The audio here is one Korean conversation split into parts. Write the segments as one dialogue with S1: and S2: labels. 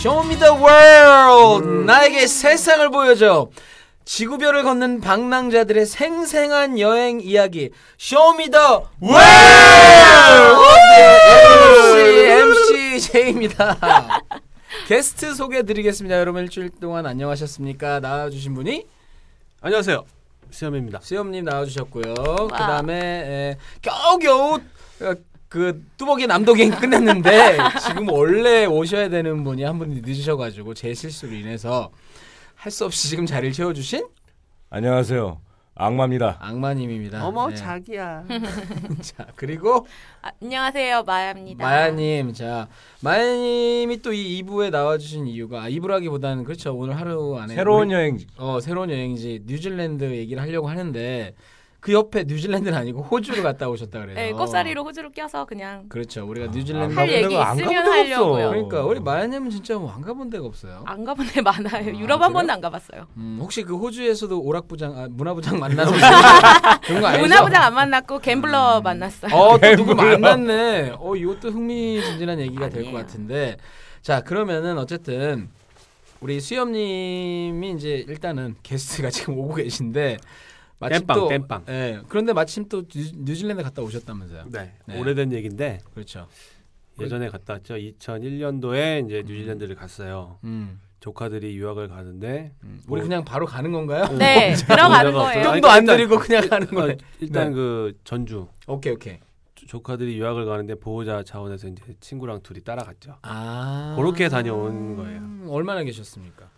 S1: Show me the world.
S2: 음.
S1: 나에게 세상을 보여줘. 지구별을 걷는 방랑자들의 생생한 여행 이야기. Show me the
S2: 음.
S1: world. 네, MC MC 제이입니다. 게스트 소개드리겠습니다. 여러분 일주일 동안 안녕하셨습니까? 나와주신 분이
S2: 안녕하세요. 수염입니다.
S1: 수염님 나와주셨고요. 그다음에 에, 겨우겨우 어, 그 뚜벅이 남도갱 끝냈는데 지금 원래 오셔야 되는 분이 한 분이 늦으셔가지고 제 실수로 인해서 할 수 없이 지금 자리를 채워주신
S3: 안녕하세요. 악마입니다.
S1: 악마님입니다.
S2: 어머
S1: 네.
S2: 자기야.
S1: 자 그리고
S4: 아, 안녕하세요 마야입니다.
S1: 마야님 자 마야님이 또 이 2부에 나와주신 이유가 아, 2부라기보다는 그렇죠 오늘 하루
S4: 네,
S1: 안에
S3: 새로운 여행
S1: 어 새로운 여행지 뉴질랜드 얘기를 하려고 하는데 그 옆에 뉴질랜드는 아니고 호주를 갔다 오셨다 그래요.
S4: 네, 꼽사리로 호주로 껴서 그냥
S1: 그렇죠. 우리가
S3: 안
S1: 뉴질랜드
S4: 할
S3: 가본
S4: 얘기
S3: 데가 아, 안
S4: 있으면
S3: 가본 데가
S4: 하려고요.
S3: 없어.
S1: 그러니까 우리 마야님은 진짜 뭐 안 가본 데가 없어요.
S4: 안 가본 데 많아요.
S1: 아,
S4: 유럽
S1: 그래요?
S4: 한 번도 안 가봤어요.
S1: 음, 혹시 그 호주에서도 오락부장 아, 문화부장 만나서 그런 거 아니죠? 음.
S4: 문화부장 안 만났고 갬블러 만났어요.
S1: 어또 누구
S3: 몰라.
S1: 만났네. 어 이것도 흥미진진한 얘기가 될 것
S4: 아니에요.
S1: 같은데 자 그러면은 어쨌든 우리 수염님이 이제 일단은 게스트가 지금 오고 계신데 마침
S2: 땜빵,
S1: 또
S2: 땜빵.
S1: 예, 그런데 마침 또 뉴, 뉴질랜드 갔다 오셨다면서요.
S2: 네.
S1: 네.
S2: 오래된 얘기인데
S1: 그렇죠.
S2: 예전에 갔다 왔죠. 2001년도에 이제 뉴질랜드를 갔어요.
S1: 음,
S2: 조카들이 유학을 가는데
S1: 음. 우리 그냥 바로 가는 건가요?
S4: 네 들어가는
S2: 문제가 없어요.
S4: 거예요.
S2: 어, 아니,
S1: 돈도 안
S2: 일단-
S1: 드리고 그냥 가는
S2: 어,
S1: 거예요.
S2: 일단
S1: 네.
S2: 그 전주
S1: 오케이 오케이.
S2: 조- 조카들이 유학을 가는데 보호자 차원에서 이제 친구랑 둘이 따라갔죠.
S1: 아
S2: 그렇게 다녀온 거예요.
S1: 음, 얼마나 계셨습니까?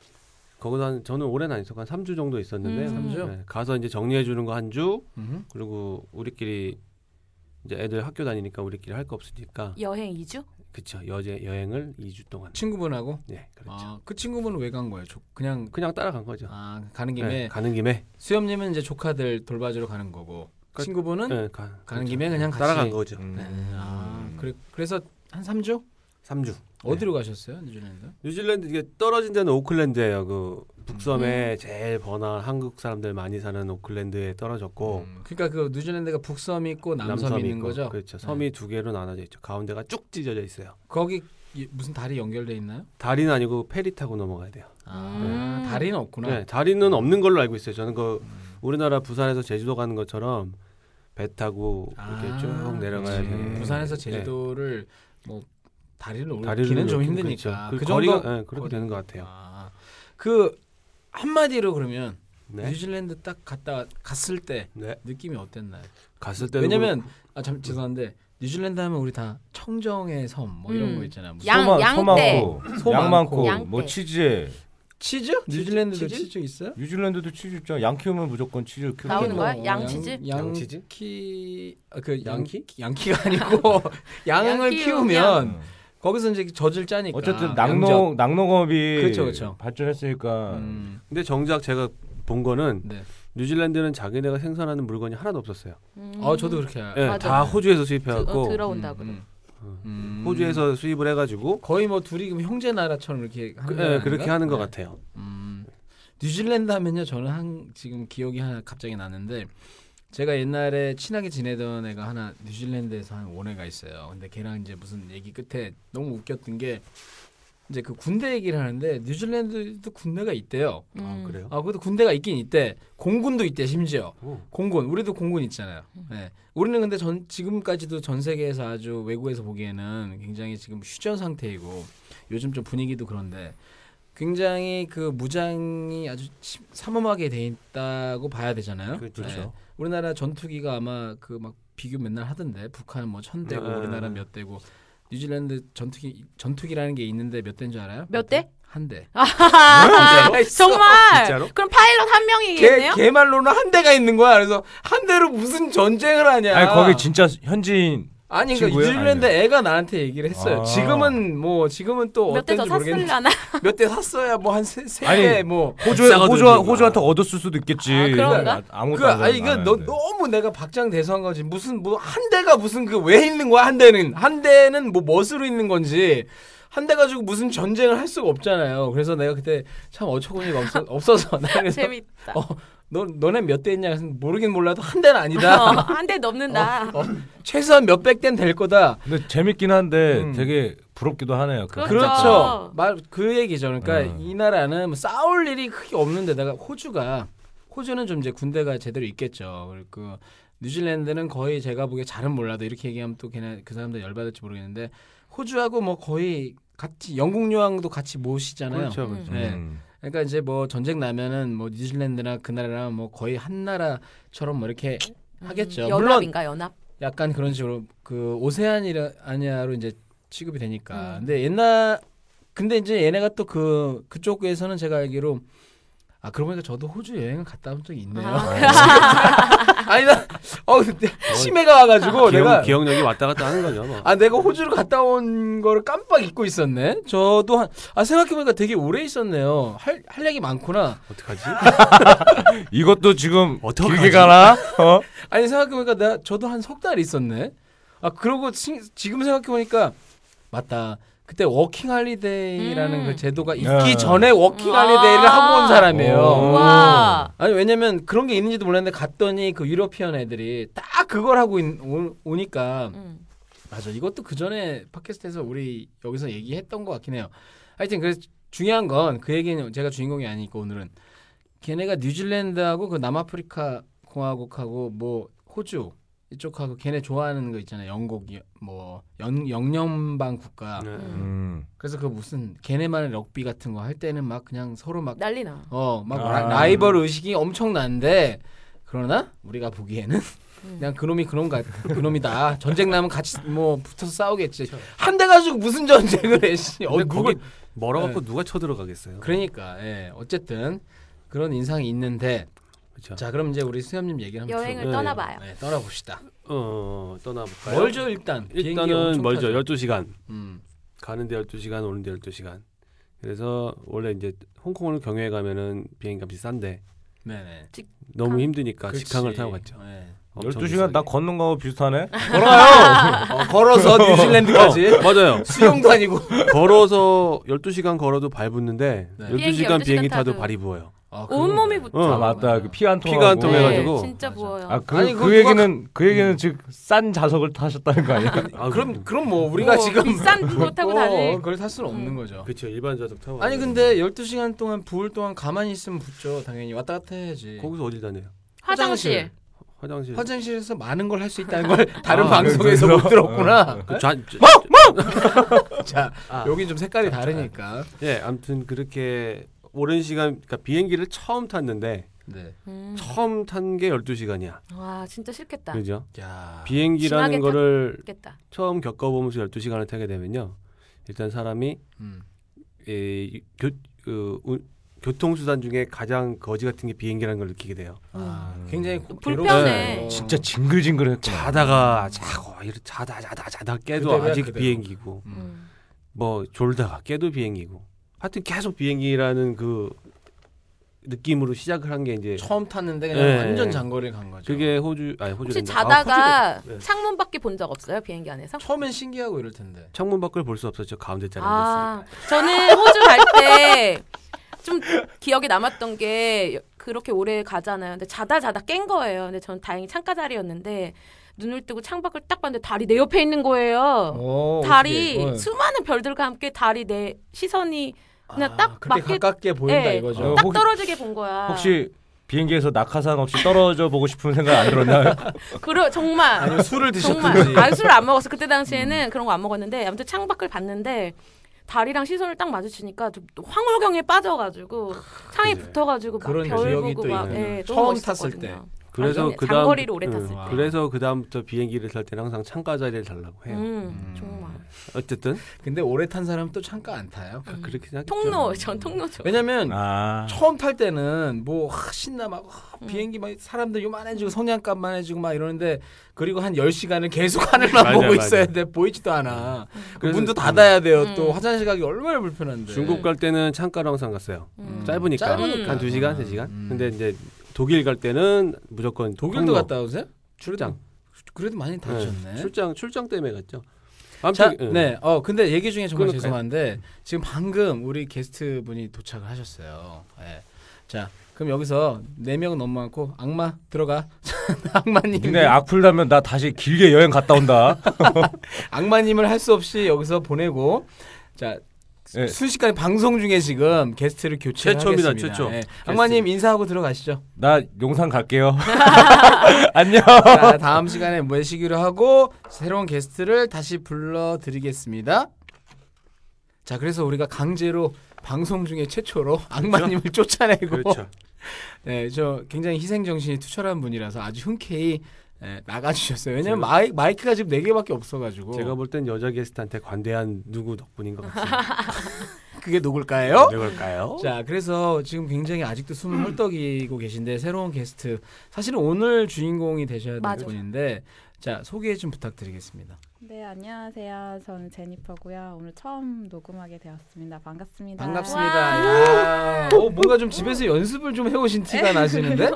S2: 거기서 한 저는 오래는 안 있었고 한 3주 정도 있었는데
S4: 음. 삼 주?
S2: 네, 가서 이제 정리해 주는 거 한 주,
S1: 음.
S2: 그리고 우리끼리 이제 애들 학교 다니니까 우리끼리 할 거 없으니까
S4: 여행 2주?
S2: 그쵸 여제 여행을 2주 동안
S1: 친구분하고
S2: 네 그렇죠
S1: 아, 그 친구분은 왜 간 거예요? 조, 그냥
S2: 그냥 따라간 거죠
S1: 아, 가는 김에
S2: 네, 가는 김에
S1: 수염님은 이제 조카들 돌봐주러 가는 거고
S2: 그-
S1: 친구분은
S2: 네, 가,
S1: 가는 김에 그냥 같이
S2: 따라간 거죠.
S3: 음.
S2: 음.
S1: 네. 아, 그래, 그래서 한 3주
S2: 3주.
S1: 어디로 가셨어요? 뉴질랜드?
S2: 뉴질랜드 이게 떨어진 데는 오클랜드예요. 그 북섬에
S1: 음.
S2: 제일 번화한 한국 사람들 많이 사는 오클랜드에 떨어졌고
S1: 음, 그러니까 그 뉴질랜드가 북섬이 있고 남섬이, 있는
S2: 있고,
S1: 거죠. 네.
S2: 그렇죠. 섬이 두 개로 나눠져 있죠. 가운데가 쭉 찢어져 있어요.
S1: 거기 이- 무슨 다리 연결돼 있나요?
S2: 다리는 아니고 페리 타고 넘어가야 돼요.
S1: 아,
S4: 음.
S1: 다리는 없구나.
S2: 네.
S1: 음.
S2: 네, 다리는 없는 걸로 알고 있어요. 저는 그 우리나라 부산에서 제주도 가는 것처럼 배 타고 이렇게
S1: 아,
S2: 쭉 내려가야
S1: 그렇지.
S2: 돼요.
S1: 부산에서
S2: 네.
S1: 제주도를 뭐 다리를
S2: 다리를
S1: 올리기는 좀
S2: 이렇게,
S1: 힘드니까
S2: 그렇죠.
S1: 그
S2: 그
S1: 정도
S2: 거리가 네, 그렇게
S1: 거리-
S2: 되는 것 같아요.
S1: 아, 그 한마디로 그러면
S2: 네.
S1: 뉴질랜드 딱 갔다 갔을 때
S2: 네.
S1: 느낌이 어땠나요?
S2: 갔을 때는
S1: 왜냐면 아, 참 죄송한데 뉴질랜드 하면 우리 다 청정의 섬 뭐 이런
S4: 음.
S1: 거 있잖아. 무슨
S4: 양-
S3: 소마- 소
S4: 양떼.
S3: 많고,
S1: 소
S3: 양
S1: 많고,
S3: 많고
S4: 양떼.
S3: 뭐 치즈에
S1: 치즈? 뉴질랜드도 치즈, 있어요?
S3: 뉴질랜드도 치즈 있죠. 양 키우면 무조건 치즈 키우고
S4: 나오는
S1: 뭐,
S4: 거야? 양치즈?
S1: 양,
S2: 양치즈?
S1: 키 아, 그
S2: 양키?
S1: 양키 양키가 아니고 양을
S4: 양
S1: 키우면
S4: 음.
S1: 거기서 이제 젖을 짜니까
S3: 어. 어쨌든
S4: 그러니까.
S1: 양적. 그렇죠,
S3: 낙농 낙농업이
S1: 그쵸, 그쵸.
S3: 발전했으니까
S1: 음,
S2: 근데 정작 제가 본 거는
S1: 네.
S2: 뉴질랜드는 자기네가 생산하는 물건이 하나도 없었어요.
S4: 음.
S1: 어 저도 그렇게 알-
S2: 예,
S4: 맞아.
S2: 다 호주에서
S4: 드-
S2: 수입해갖고
S4: 어, 들어온다 그래.
S1: 음, 음. 음.
S2: 호주에서 수입을 해가지고
S1: 거의 뭐 둘이 그럼 형제 나라처럼 이렇게 하는
S2: 그,
S1: 거
S2: 예,
S1: 아닌가?
S2: 그렇게 하는 것
S1: 음. 네.
S2: 같아요.
S1: 음, 뉴질랜드 하면요 저는 한 지금 기억이 하나 갑자기 나는데 제가 옛날에 친하게 지내던 애가 하나 뉴질랜드에서 한 원애가 있어요. 근데 걔랑 이제 무슨 얘기 끝에 너무 웃겼던 게 이제 그 군대 얘기를 하는데 뉴질랜드도 군대가 있대요.
S4: 음.
S2: 아, 그래요?
S1: 아 그래도 군대가 있긴 있대. 공군도 있대 심지어.
S2: 오.
S1: 공군 우리도 공군 있잖아요. 예. 우리는 근데 전 지금까지도 전 세계에서 아주 외국에서 보기에는 굉장히 지금 휴전 상태이고 요즘 좀 분위기도 그런데 굉장히 그 무장이 아주 치- 삼엄하게 돼 있다고 봐야 되잖아요. 예.
S2: 그렇죠.
S1: 우리나라 전투기가 아마 그 막 비교 맨날 하던데 북한 뭐 천 대고
S2: 네.
S1: 우리나라 몇 대고 뉴질랜드 전투기 전투기라는 게 있는데 몇 대인 줄 알아요?
S4: 몇 대?
S1: 한 대.
S4: 아하하.
S1: 문제가 있어.
S4: 정말.
S2: 진짜로?
S4: 그럼 파일럿 한 명이겠네요?
S1: 걔 말로는 한 대가 있는 거야. 그래서 한 대로 무슨 전쟁을 하냐.
S3: 아니 거기 진짜 현지인
S1: 아니 그니까
S3: 친구예요?
S1: 뉴질랜드 애가 나한테 얘기를 했어요.
S3: 아.
S1: 지금은 뭐 지금은 또
S4: 몇 대 더
S1: 어떤지 모르겠는데
S4: 샀을라나?
S1: 몇 대 샀어야 뭐 한
S3: 아니,
S1: 세세개뭐
S3: 호주
S2: 싸가지고
S3: 호주
S2: 이거.
S3: 호주한테 얻었을 수도 있겠지.
S4: 아, 그런가?
S3: 아, 아무것도
S1: 그
S3: 안
S1: 아니
S3: 하는데.
S1: 그너 너무 내가 박장대소한 거지 무슨 뭐 한 대가 무슨 그 왜 있는 거야 한 대는 한 대는 뭐 멋으로 있는 건지 한 대 가지고 무슨 전쟁을 할 수가 없잖아요. 그래서 내가 그때 참 어처구니가 없어, 없어서 나 그래서
S4: 재밌다.
S1: 어, 너 너네 몇 대 있냐? 그래서 모르긴 몰라도 한 대는 아니다.
S4: 어, 한 대 넘는다.
S1: 어, 최소한 몇백 대는 될 거다.
S3: 근데 재밌긴 한데
S1: 음.
S3: 되게 부럽기도 하네요.
S4: 그렇죠.
S1: 그렇죠. 말 그 얘기죠. 그러니까
S3: 음.
S1: 이 나라는 뭐 싸울 일이 크게 없는데다가 호주가 호주는 좀 이제 군대가 제대로 있겠죠. 그리고 뉴질랜드는 거의 제가 보기에 잘은 몰라도 이렇게 얘기하면 또 걔네 그 사람들 열받을지 모르겠는데 호주하고 뭐 거의 같이 영국 여왕도 같이 모시잖아요.
S2: 그렇죠.
S4: 음.
S2: 그렇죠.
S1: 네. 그러니까 이제 뭐 전쟁 나면은 뭐 뉴질랜드나 그 나라랑 뭐 거의 한 나라처럼 뭐 이렇게 하겠죠.
S4: 음,
S1: 물론
S4: 연합인가 연합.
S1: 약간 그런 식으로 그 오세아니아로 이제 취급이 되니까.
S4: 음.
S1: 근데 옛날 근데 이제 얘네가 또 그 그쪽에서는 제가 알기로 아 그러고 보니까 저도 호주 여행을 갔다 온 적이 있네요. 아. 니 나어 그때 치매가 와가지고 내가
S2: 기억, 기억력이 왔다 갔다 하는 거죠. 뭐.
S1: 아 내가 호주를 갔다 온 거를 깜빡 잊고 있었네. 저도 한아 생각해보니까 되게 오래 있었네요. 할 할 얘기 많구나.
S2: 어떡하지?
S3: 이것도 지금
S2: 어떡하지?
S3: 길게 가나? 어?
S1: 아니 생각해보니까 내가 저도 한 석 달 있었네. 아 그러고 지, 금 생각해보니까 맞다. 그때 워킹 할리데이라는
S4: 음.
S1: 그 제도가 있기
S3: 네.
S1: 전에 워킹
S4: 와.
S1: 할리데이를 하고 온 사람이에요.
S4: 어.
S3: 오.
S4: 와.
S1: 아니 왜냐면 그런 게 있는지도 몰랐는데 갔더니 그 유러피언 애들이 딱 그걸 하고 있- 오, 오니까
S4: 음.
S1: 맞아 이것도 그 전에 팟캐스트에서 우리 여기서 얘기했던 것 같긴 해요. 하여튼 그래서 중요한 건 그 얘기는 제가 주인공이 아니니까 오늘은 걔네가 뉴질랜드하고 그 남아프리카 공화국하고 뭐 호주 이쪽하고 걔네 좋아하는 거 있잖아요. 영국 여- 뭐 연, 영연방 국가.
S2: 네.
S4: 음.
S3: 음.
S1: 그래서 그 무슨 걔네만의 럭비 같은 거 할 때는 막 그냥 서로 막
S4: 난리나.
S1: 어, 막
S3: 아.
S1: 라- 라이벌 의식이 엄청난데 그러나 우리가 보기에는
S4: 음.
S1: 그냥 그놈이 그놈 같 그놈이다. 전쟁 나면 같이 뭐 붙어서 싸우겠지. 한 대 가지고 무슨 전쟁을 해? 씨. 어,
S2: 근데
S1: 누가
S2: 거기 멀어갖고 누가 쳐들어가겠어요?
S1: 그러니까 예. 어쨌든 그런 인상이 있는데
S2: 그렇죠.
S1: 자, 그럼 이제 우리 수염님 얘기를 한번
S4: 여행을
S2: 네.
S4: 떠나봐요.
S1: 들어볼까요? 네, 떠나봅시다.
S2: 어, 떠나볼까요?
S1: 멀죠, 일단. 비행기
S2: 일단은
S1: 엄청
S2: 멀죠.
S1: 타죠.
S2: 12시간.
S1: 음.
S2: 가는데 12시간, 오는데 12시간. 그래서 원래 이제 홍콩을 경유해 가면은 비행기 값이 싼데
S1: 네, 네.
S2: 너무 힘드니까
S1: 그렇지.
S2: 아, 직항을 타고 갔죠.
S1: 네.
S2: 엄청
S3: 12시간 나
S2: 비싸게.
S3: 걷는 거하고 비슷하네.
S1: 어, 걸어서 뉴질랜드까지
S2: 어, 맞아요.
S1: 수영도 아니고.
S2: 걸어서 12시간 걸어도 발 붓는데
S1: 네.
S4: 비행기
S2: 12시간 비행기
S4: 12시간
S2: 타도
S4: 타도.
S2: 발이 부어요.
S1: 아,
S4: 온 몸이
S1: 그런
S4: 붙.
S2: 어.
S3: 아 맞다. 그 피안 통.
S2: 피가 안
S4: 네,
S2: 통해가지고.
S4: 진짜
S1: 맞아.
S4: 부어요.
S3: 아, 그,
S1: 아니, 그거
S3: 그
S1: 누가
S3: 얘기는 그 얘기는 즉싼 좌석을 타셨다는 거 아니에요?
S2: 아,
S1: 그럼 그럼 뭐 우리가
S4: 뭐
S1: 지금
S4: 비싼 그거 타고
S1: 어,
S4: 다니.
S1: 그걸 살 수는 없는
S4: 음.
S1: 거죠.
S2: 그렇죠. 일반 좌석 타고.
S1: 아니
S2: 가면은.
S1: 근데 12시간 동안 부을 동안 가만히 있으면 붙죠. 당연히 왔다 갔다 해야지.
S2: 거기서 어딜 다녀요?
S4: 화장실.
S2: 화장실.
S1: 화장실에서 많은 걸 할 수 있다는 걸 다른
S2: 아,
S1: 방송에서
S3: 그래서?
S1: 못 들었구나.
S2: 그 좌, 좌,
S1: 뭐? 자,
S2: 아.
S1: 여긴 좀 색깔이 다르니까.
S2: 예, 아무튼 그렇게 오랜 시간 그러니까 비행기를 처음 탔는데
S1: 네.
S4: 음.
S2: 처음 탄 게 12시간이야.
S4: 와 진짜 싫겠다.
S2: 그죠?
S1: 야.
S2: 비행기라는
S4: 심하게
S2: 거를
S4: 싫겠다.
S2: 처음 겪어보면서 12시간을 타게 되면요. 일단 사람이
S1: 음.
S2: 이, 교, 그, 우- 교통수단 중에 가장 거지 같은 게 비행기라는 걸 느끼게 돼요.
S1: 아,
S3: 음. 네.
S1: 굉장히 네.
S4: 불편해.
S1: 괴로워요.
S3: 진짜 징글징글했구나.
S2: 자다가 자고 이렇게 자다 자다 자다 깨도
S1: 그대로야,
S2: 아직
S1: 그대로.
S2: 비행기고
S1: 음.
S4: 음.
S2: 뭐 졸다가 깨도 비행기고 하여튼 계속 비행기라는 그 느낌으로 시작을 한 게 이제
S1: 처음 탔는데 그냥
S2: 네.
S1: 완전 장거리 간 거죠.
S2: 그게 호주 아니 호주
S4: 혹시 자다가
S2: 호주도- 네.
S4: 창문 밖에 본 적 없어요 비행기 안에서?
S1: 처음엔 신기하고 이럴 텐데.
S2: 창문 밖을 볼 수 없었죠 가운데 자리 앉았으니까
S4: 아 저는 호주 갈 때 좀 기억에 남았던 게 그렇게 오래 가잖아요. 근데 자다 자다 깬 거예요. 근데 저는 다행히 창가 자리였는데 눈을 뜨고 창밖을 딱 봤는데 달이 내 옆에 있는 거예요.
S1: 오,
S4: 달이
S1: 어, 어떡해.
S4: 수많은 별들과 함께 달이 내 시선이 그냥
S1: 아,
S4: 딱
S1: 그렇게 네.
S4: 맞게-
S1: 가깝게 보인다
S4: 예,
S1: 이거죠.
S3: 어,
S4: 딱
S3: 혹시-
S4: 떨어지게 본 거야.
S3: 혹시 비행기에서 낙하산 없이 떨어져 보고 싶은 생각 안 들었나요?
S4: 그러 정말
S1: 아니면 술을 네. 드셨든지.
S4: 정말 아니 술을 안 먹었어 그때 당시에는 그런 거 안 먹었는데 아무튼 창밖을 봤는데 달이랑 시선을 딱 마주치니까 좀 황홀경에 빠져가지고 창에
S2: 그래.
S4: 붙어가지고 막
S1: 네. 그런
S4: 별
S1: 기억이
S4: 보고
S1: 또
S4: 막
S1: 있네요.
S4: 예,
S1: 처음
S4: 너무
S1: 탔을
S4: 멋있었거든요.
S1: 때.
S2: 그래서
S4: 완전히
S2: 그다음
S4: 장거리로 오래 탔을
S1: 때.
S2: 그래서 그다음부터 비행기를 탈 때는 항상 창가 자리를 달라고
S1: 네.
S2: 해요
S4: 음, 정말
S2: 어쨌든 아,
S1: 근데 오래 탄 사람 또 창가 안 타요.
S2: 그렇게 하겠죠
S4: 통로 전 통로죠.
S1: 왜냐면
S3: 아.
S1: 처음 탈 때는 뭐 하, 신나 막 하, 비행기 막 사람들 요만해지고 성냥갑만해지고 막 이러는데 그리고 한 10시간을 계속 하늘만
S2: 맞아,
S1: 보고
S2: 맞아.
S1: 있어야 돼. 보이지도 않아. 그
S2: 그래서-
S1: 문도 닫아야 돼요. 또
S4: 음.
S1: 화장실 가기 얼마나 불편한데.
S2: 중국 갈 때는 창가로 항상 갔어요
S4: 음.
S2: 짧으니까,
S1: 짧으니까.
S2: 한 2시간 3시간
S1: 음.
S2: 근데 이제 독일 갈 때는 무조건
S1: 독일도
S2: 통로.
S1: 갔다 오세요?
S2: 출장
S1: 그래도 많이
S2: 네,
S1: 다니셨네.
S2: 출장 출장 때문에 갔죠
S1: 자,
S2: 아무튼 예.
S1: 네. 어, 근데 얘기 중에 정말
S2: 끊을까요?
S1: 죄송한데 지금 방금 우리 게스트 분이 도착을 하셨어요. 예. 자, 그럼 여기서 네 명은 너무 많고 악마 들어가. 악마님.
S2: 네,
S3: 근데
S2: 아.
S3: 악플다면 나 다시 길게 여행 갔다 온다.
S1: 악마님을 할 수 없이 여기서 보내고 자
S3: 예.
S1: 순식간에 방송 중에 지금 게스트를 교체하겠습니다.
S2: 최초입니다, 최초.
S1: 예. 악마님 인사하고 들어가시죠.
S3: 나 용산 갈게요. 안녕.
S1: 자, 다음 시간에 모시기로 하고 새로운 게스트를 다시 불러드리겠습니다. 자, 그래서 우리가 강제로 방송 중에 최초로 악마님을 쫓아내고
S2: 그렇죠.
S1: 네, 저 굉장히 희생 정신이 투철한 분이라서 아주 흔쾌히 예, 나가주셨어요. 왜냐면 마이, 마이크가 지금 네 개밖에 없어가지고
S2: 제가 볼 땐 여자 게스트한테 관대한 누구 덕분인 것 같습니다.
S1: 그게 누굴까요?
S2: 네. 누굴까요?
S1: 어? 자, 그래서 지금 굉장히 아직도
S2: 음.
S1: 숨을 헐떡이고 계신데 새로운 게스트 사실은 오늘 주인공이 되셔야 될
S4: 맞아.
S1: 분인데 자 소개 좀 부탁드리겠습니다.
S5: 네, 안녕하세요. 저는 제니퍼고요. 오늘 처음 녹음하게 되었습니다. 반갑습니다.
S1: 반갑습니다. 야. 어, 뭔가 좀 집에서 연습을 좀 해오신 티가 나시는데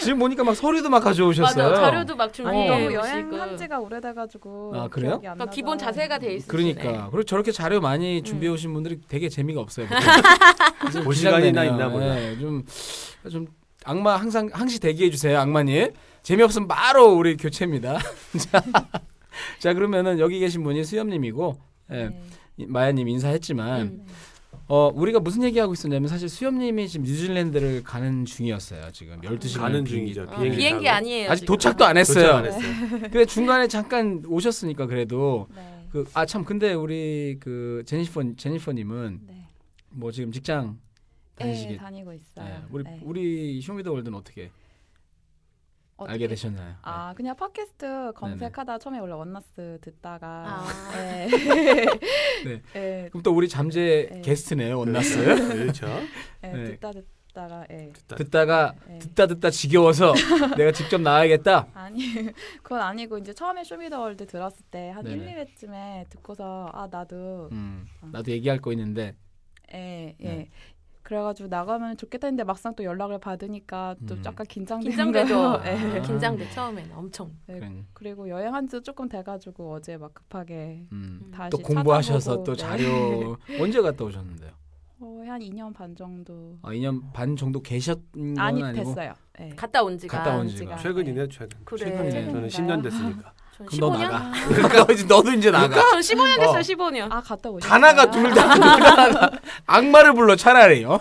S1: 지금 보니까 막 서류도 막 가져오셨어요.
S4: 맞아 자료도 막
S5: 아니,
S4: 준비해
S5: 너무
S4: 오시고.
S5: 여행 한지가 오래돼가지고
S1: 아, 그래요?
S5: 기억이 안
S4: 그러니까
S5: 나서.
S4: 네, 기본 자세가 돼 있으시네.
S1: 그러니까 그리고 저렇게 자료 많이 준비해 오신 분들이 되게 재미가 없어요. 예,
S2: 볼 시간이나 있나 보다.
S1: 좀좀 악마 항상 항시 대기해 주세요, 악마님. 재미없으면 바로 우리 교체입니다. 자, 자 그러면은 여기 계신 분이 수염님이고 예,
S5: 네.
S1: 이- 마야님 인사했지만
S4: 음.
S1: 어 우리가 무슨 얘기하고 있었냐면 사실 수염님이 지금 뉴질랜드를 가는 중이었어요. 지금 12시간
S2: 가는 중이죠.
S4: 어,
S2: 비행기,
S4: 비행기
S2: 타고.
S5: 예,
S2: 그렇죠.
S4: 아니에요.
S1: 아직
S4: 지금.
S1: 도착도 그렇죠. 안 했어요.
S2: 도착 안 했어요.
S1: 근데 중간에 잠깐 오셨으니까 그래도
S5: 네.
S1: 그 아 참 근데 우리 그 제니퍼 제니퍼님은
S5: 네.
S1: 뭐 지금 직장
S5: 네,
S1: 다니시게
S5: 다니고 있어요.
S1: 네. 우리
S5: 네.
S1: 우리 쇼미더월드는 어떻게
S5: 어떻게-
S1: 알게 되셨나요?
S5: 아, 그냥 팟캐스트 검색하다 처음에 원래 원나스 듣다가
S4: 아.
S5: 네.
S1: 네.
S5: 네,
S1: 네. 그럼 또 우리 잠재
S5: 네.
S1: 게스트네요 원나스
S2: 그렇죠.
S5: 네,
S1: 네.
S5: 듣다 듣다가 예.
S2: 그렇죠.
S1: 듣다가
S5: 네.
S1: 듣다 듣다 지겨워서 내가 직접 나와야겠다.
S5: 아니 그건 아니고 이제 처음에 쇼미더월드 들었을 때 한
S1: 네네.
S5: 1, 2회쯤에 듣고서 아 나도
S1: 음,
S5: 아.
S1: 나도 얘기할 거 있는데
S5: 예, 예.
S1: 네.
S5: 그래가지고 나가면 좋겠다 했는데 막상 또 연락을 받으니까 또
S1: 음.
S5: 약간 긴장되는
S4: 긴장되죠.
S5: 거예요. 예.
S1: 아.
S4: 네, 긴장돼 처음엔 엄청.
S5: 네.
S1: 그런,
S5: 그리고 여행한 지 조금 돼가지고 어제 막 급하게
S1: 음.
S5: 다시
S1: 또 공부하셔서
S5: 찾아보고,
S1: 또
S5: 네.
S1: 자료 언제 갔다 오셨는데요?
S5: 어, 한 2년 반 정도
S1: 아, 2년 반 정도 계셨는 건
S5: 아니
S1: 아니고
S5: 됐어요. 예.
S4: 갔다 온 지가
S1: 갔다 온 지가.
S5: 지가.
S2: 최근이네요, 최근.
S4: 그래.
S1: 최근이네.
S2: 저는 10년 됐으니까.
S4: 전
S1: 그럼 너
S4: 15년.
S1: 나가. 그러니까 이제 너도 이제 나가.
S4: 아, 전 15년 됐어요.
S1: 어.
S4: 15년.
S5: 아 갔다 오셨어요?
S1: 다 나가 둘다 나가. 악마를 불러 차라리요. 어?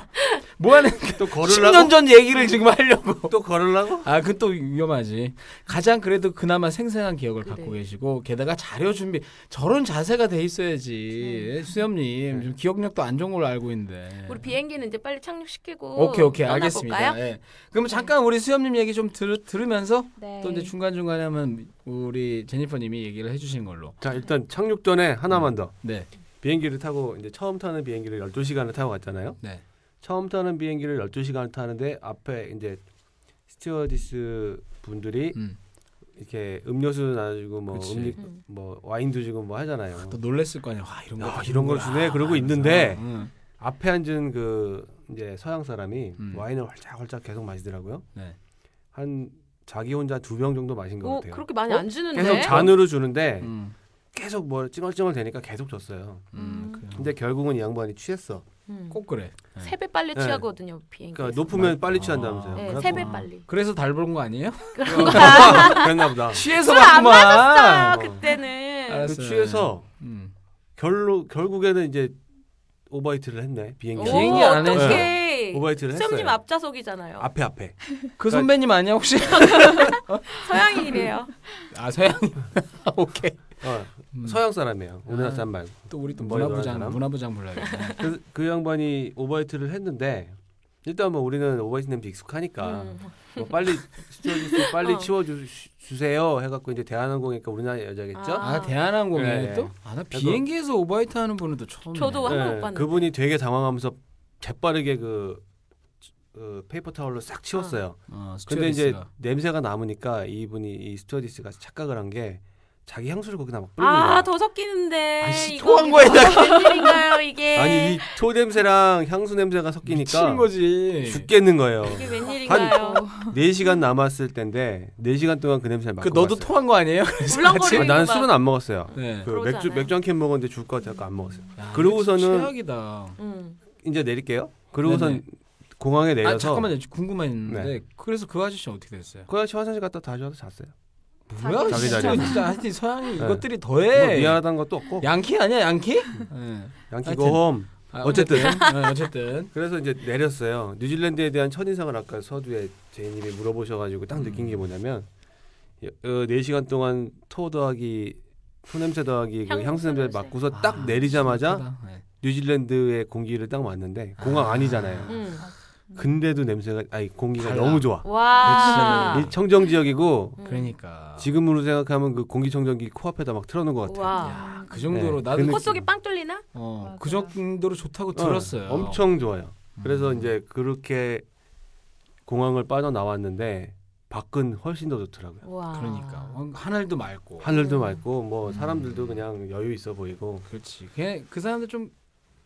S1: 뭐하는
S2: 또 걸으려고?
S1: 10년 전 얘기를 지금 하려고.
S2: 또 걸으려고?
S1: 아, 그건 또 위험하지. 가장 그래도 그나마 생생한 기억을 갖고
S4: 그래.
S1: 계시고 게다가 자료 준비 저런 자세가 돼 있어야지. 예, 수염님
S2: 네.
S1: 지금 기억력도 안 좋은 걸로 알고 있는데.
S4: 우리 비행기는 이제 빨리 착륙시키고
S1: 오케이 오케이
S4: 떠나볼까요?
S1: 알겠습니다. 예. 그럼 잠깐 우리 수염님 얘기 좀 들, 들으면서
S5: 네.
S1: 또 이제 중간 중간에 하면 우리 제니퍼님이 얘기를 해주신 걸로.
S2: 자, 일단 착륙 전에 하나만 더.
S1: 네,
S2: 비행기를 타고 이제 처음 타는 비행기를 12시간을 타고 갔잖아요.
S1: 네.
S2: 처음 타는 비행기를 12시간을 타는데 앞에 이제 스튜어디스 분들이
S1: 음.
S2: 이렇게 음료수 나눠주고 뭐
S1: 그치.
S2: 음료
S4: 음.
S2: 뭐 와인도 주고 뭐 하잖아요.
S1: 또 놀랬을 거 아니야. 와 이런 거
S2: 야, 이런
S1: 주는구나.
S2: 걸 주네. 그러고 있는데
S1: 음.
S2: 앞에 앉은 그 이제 서양 사람이
S1: 음.
S2: 와인을 홀짝홀짝 계속 마시더라고요.
S1: 네.
S2: 한 자기 혼자 두 병 정도 마신 것
S4: 오,
S2: 같아요.
S4: 어, 그렇게 네. 많이 안 주는데.
S2: 계속 잔으로 주는데
S1: 음.
S2: 계속 뭐 찡얼찡얼 되니까 계속 줬어요.
S1: 음, 그래요.
S2: 근데 결국은 이 양반이 취했어.
S4: 음.
S1: 꼭 그래.
S4: 세배 빨리
S2: 네.
S4: 취하거든요 비행기.
S2: 그러니까 높으면 빨리
S1: 아.
S2: 취한다면서요.
S4: 네,
S2: 그래갖고
S4: 세배 빨리.
S1: 그래서 달 본 거 아니에요?
S2: 그랬나 보다.
S1: 취해서
S4: 안
S1: 봤구만.
S4: 아 그때는.
S1: 알았어요.
S2: 아. 그 취해서
S1: 음.
S2: 결로 결국에는 이제 오바이트를 했네 비행기.
S1: 오. 비행기 안 해서.
S4: 어떡해.
S2: 오바이트를 했어요.
S4: 수염님 앞좌석이잖아요.
S2: 앞에 앞에.
S1: 그 선배님 아니야 혹시?
S4: 서양인이래요.
S1: 아 서양. 오케이.
S2: 어,
S1: 음.
S2: 서양 사람이에요. 우리나라
S4: 아.
S2: 사람 말고.
S1: 또 우리 또
S2: 머리 노란
S1: 문화부장
S2: 사람?
S1: 문화부장 불러야겠다.
S2: 그래서 그 양반이 오바이트를 했는데 일단 뭐 우리는 오바이트 냄새 익숙하니까
S4: 음.
S2: 뭐 빨리 스튜어디스 빨리
S4: 어.
S2: 치워주 주세요 해갖고 이제 대한항공이니까 우리나라 여자겠죠.
S1: 아 대한항공에
S2: 네.
S1: 또? 아 나 비행기에서 오바이트 하는 분은 또 처음.
S4: 저도 한번 못 봤는데.
S2: 그분이 되게 당황하면서 재빠르게 그, 그 페이퍼 타월로 싹 치웠어요.
S4: 아.
S1: 어,
S2: 근데 이제
S1: 스튜어디스가.
S2: 냄새가 남으니까 이분이 이 스튜어디스가 착각을 한 게 자기 향수를 거기다 막 뿌리는 거예요.
S4: 아, 더 섞이는데.
S1: 아이씨,
S4: 이거
S1: 또 한 거야,
S4: 이거 웬일인가요, 이게?
S2: 아니 이초 냄새랑 향수 냄새가 섞이니까
S1: 미치는 거지.
S2: 죽겠는 거예요.
S4: 이게 웬일인가요?
S2: 네시간 남았을 텐데 네시간 동안 그 냄새를 맡고
S1: 그 너도
S2: 갔어요.
S1: 토한 거 아니에요?
S4: 울렁거리고
S2: 아, 나는
S4: 막-
S2: 술은 안 먹었어요.
S1: 네.
S2: 그
S4: 그러지
S2: 맥주
S4: 않아요?
S2: 맥주 한 캔 먹었는데 죽을 것 같아서 안 먹었어요.
S1: 야,
S2: 그러고서는
S1: 최악이다.
S4: 음.
S2: 이제 내릴게요. 그러고선
S1: 네네.
S2: 공항에 내려서
S1: 아 잠깐만요 궁금했는데
S2: 네.
S1: 그래서 그 아저씨는 어떻게 됐어요?
S2: 그 아저씨 화장실 갔다 다시 와서 잤어요.
S1: 뭐야
S2: 자기
S1: 진짜
S2: 자리에서.
S1: 진짜 하여튼 서양이
S2: 네.
S1: 이것들이
S2: 뭐
S1: 더해
S2: 미안하다는 것도 없고
S1: 양키 아니야 양키? 네.
S2: 양키
S1: 하여튼.
S2: 고홈.
S1: 아,
S2: 어쨌든.
S1: 네, 어쨌든
S2: 그래서 이제 내렸어요. 뉴질랜드에 대한 첫인상을 아까 서두에 제이님이 물어보셔가지고 딱 느낀
S1: 음.
S2: 게 뭐냐면 여- 어, 4시간 동안 토 더하기 소냄새 더하기 그
S4: 향수
S2: 향수 냄새
S4: 냄새.
S2: 맡고서
S1: 아,
S2: 딱 내리자마자
S1: 슬프다. 네.
S2: 뉴질랜드의 공기를 딱 맡는데 공항 아니잖아요.
S4: 음.
S2: 근데도 냄새가 아니 공기가
S1: 달라.
S2: 너무 좋아.
S4: 와.
S2: 이 청정 지역이고
S4: 음.
S1: 그러니까
S2: 지금으로 생각하면 그 공기청정기 코앞에다 막 틀어놓은 것 같아.
S4: 와.
S1: 야, 그 정도로
S2: 네.
S1: 나도
S2: 근데
S4: 콧 속이 빵 뚫리나?
S1: 어,
S5: 맞아요.
S1: 그 정도로 좋다고 들었어요.
S2: 어, 엄청 좋아요. 그래서
S1: 음.
S2: 이제 그렇게 공항을 빠져나왔는데 밖은 훨씬 더 좋더라고요.
S4: 와.
S1: 그러니까
S5: 아.
S1: 어, 하늘도 맑고
S2: 하늘도
S4: 음.
S2: 맑고 뭐
S1: 음.
S2: 사람들도 그냥 여유 있어 보이고
S1: 그렇지. 걔, 그 사람들 좀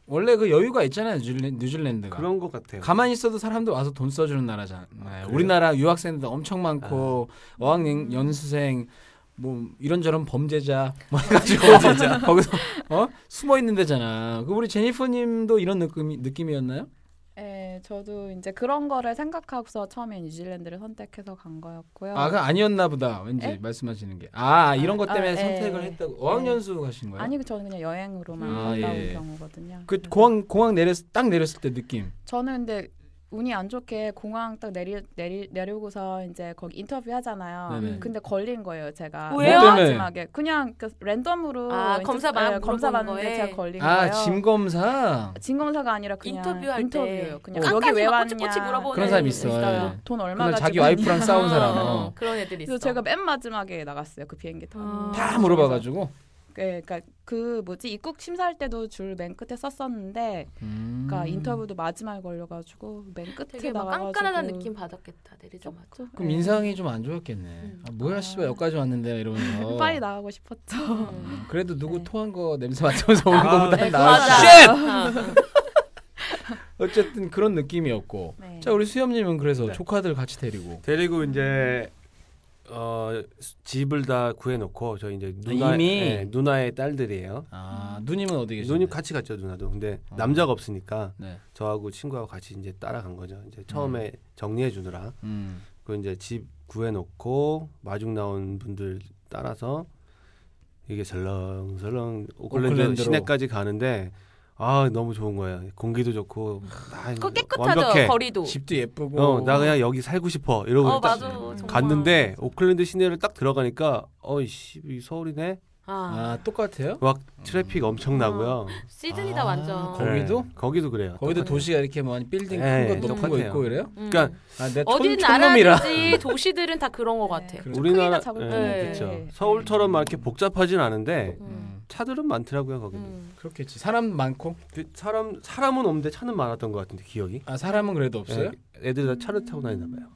S1: 원래 그 여유가 있잖아요. 뉴질랜, 뉴질랜드가.
S2: 그런 것 같아요.
S1: 그러니까. 가만히 있어도 사람들 와서 돈 써주는 나라잖아요.
S2: 네. 그래요? 아.
S1: 우리나라 유학생들 엄청 많고 어학 연- 연수생 뭐 이런저런 범죄자 뭐 해가지고 진짜 거기서 어 숨어 있는 데잖아. 그 우리 제니퍼님도 이런 느낌이 느낌이었나요?
S5: 예, 저도 이제 그런 거를 생각하고서 처음에 뉴질랜드를 선택해서 간 거였고요.
S1: 아, 그 아니었나 보다. 왠지
S5: 어. 에?
S1: 말씀하시는 게. 아, 이런 것
S5: 아,
S1: 때문에
S5: 예.
S1: 선택을 했다고. 어학연수 가신 거예요?
S5: 아니, 저는 그냥 여행으로만
S1: 음. 아,
S5: 갔다 온
S1: 예.
S5: 경우거든요.
S1: 그
S5: 그래서
S1: 공항 공항 내렸 딱 내렸을 때 느낌.
S5: 저는 근데 운이 안 좋게 공항 딱 내리 내리 내려오고서 이제 거기 인터뷰 하잖아요.
S1: 네네.
S5: 근데 걸린 거예요, 제가.
S4: 왜요?
S1: 뭐 때문에?
S5: 마지막에 그냥 그 랜덤으로
S4: 아,
S5: 인터-
S4: 검사 막
S5: 예, 검사
S4: 물어보는
S5: 받는데
S4: 거에.
S5: 제가 걸린
S1: 아,
S5: 거예요. 아,
S1: 짐 검사.
S5: 진 검사가 아니라 그냥
S4: 인터뷰할
S5: 인터뷰예요.
S4: 때.
S5: 그냥
S4: 어.
S5: 여기
S4: 깜깜이
S5: 왜 왔냐.
S4: 꼬치꼬치 물어보는
S1: 그런 사람 있어요. 예.
S5: 돈 얼마
S1: 그날
S5: 가지고
S1: 자기 와이프랑 싸운 사람.
S4: 어,
S1: 어.
S4: 그런 애들 있어.
S5: 그래서 제가 맨 마지막에 나갔어요. 그 비행기 타고.
S4: 아.
S1: 다 물어봐 가지고.
S5: 예, 그러니까 그 뭐지 입국 심사할 때도 줄 맨 끝에 썼었는데, 그러니까
S1: 음.
S5: 인터뷰도 마지막에 걸려가지고 맨 끝에
S4: 음. 되게 막
S5: 나가가지고
S4: 깐깐하다는 느낌 받았겠다. 내리자마자.
S5: 좀-
S1: 그럼
S5: 예.
S1: 인상이 좀 안 좋았겠네.
S4: 음.
S1: 아, 뭐야 씨발 여기까지 왔는데 이러면서.
S5: 빨리 나가고 싶었죠.
S4: 음.
S1: 그래도 누구
S5: 네.
S1: 토한 거 냄새 맡으면서
S2: 아,
S1: 오는 거보다
S4: 네,
S1: 나아.
S4: 맞아.
S1: 어쨌든 그런 느낌이었고.
S5: 네.
S1: 자 우리 수염님은 그래서
S2: 네.
S1: 조카들 같이 데리고
S2: 데리고 이제 어 집을 다 구해놓고 저희 이제 누나
S1: 아, 이미?
S2: 예, 누나의 딸들이에요.
S1: 아 누님은 어디 계시요
S2: 누님 같이 갔죠 누나도. 근데
S1: 어.
S2: 남자가 없으니까
S1: 네.
S2: 저하고 친구하고 같이 이제 따라간 거죠. 이제 처음에 정리해 주느라
S1: 음.
S2: 그 이제 집 구해놓고 마중 나온 분들 따라서 이게 설렁설렁
S1: 오클랜드로.
S2: 오클랜드 시내까지 가는데 아 너무 좋은 거예요. 공기도 좋고 다
S4: 음. 그거 깨끗하죠.
S2: 완벽해.
S4: 거리도.
S1: 집도 예쁘고.
S2: 어 나 그냥 여기 살고 싶어 이러고
S4: 어
S2: 딱
S4: 맞아. 정말.
S2: 갔는데 오클랜드 시내를 딱 들어가니까 어이씨 이 서울이네
S4: 아,
S1: 아 똑같아요?
S2: 막 트래픽 엄청나고요.
S4: 시즌이다
S1: 아,
S4: 완전.
S1: 거- 거기도?
S2: 네, 거기도 그래요.
S1: 거기도
S2: 똑같아요.
S1: 도시가 이렇게 뭐 많이 빌딩
S2: 네,
S1: 큰 거 높은 거
S2: 똑같아요.
S1: 있고 이래요?
S4: 음.
S2: 그러니까
S1: 아 내가
S4: 어디
S1: 촌놈이라.
S4: 나라든지 도시들은 다 그런 것 같아.
S1: 그래.
S2: 우리나라
S5: 크기나 잡을
S2: 예,
S4: 거예요.
S2: 그렇죠.
S5: 네.
S2: 서울처럼 막 이렇게 복잡하진 않은데
S4: 음.
S2: 차들은 많더라고요 거기도.
S4: 음.
S1: 그렇겠지. 사람 많고.
S2: 그 사람 사람은 없는데 차는 많았던 것 같은데 기억이. 예,
S1: 아 사람은 그래도 없어요?
S2: 애, 들이다 차를 타고 다니나 봐요.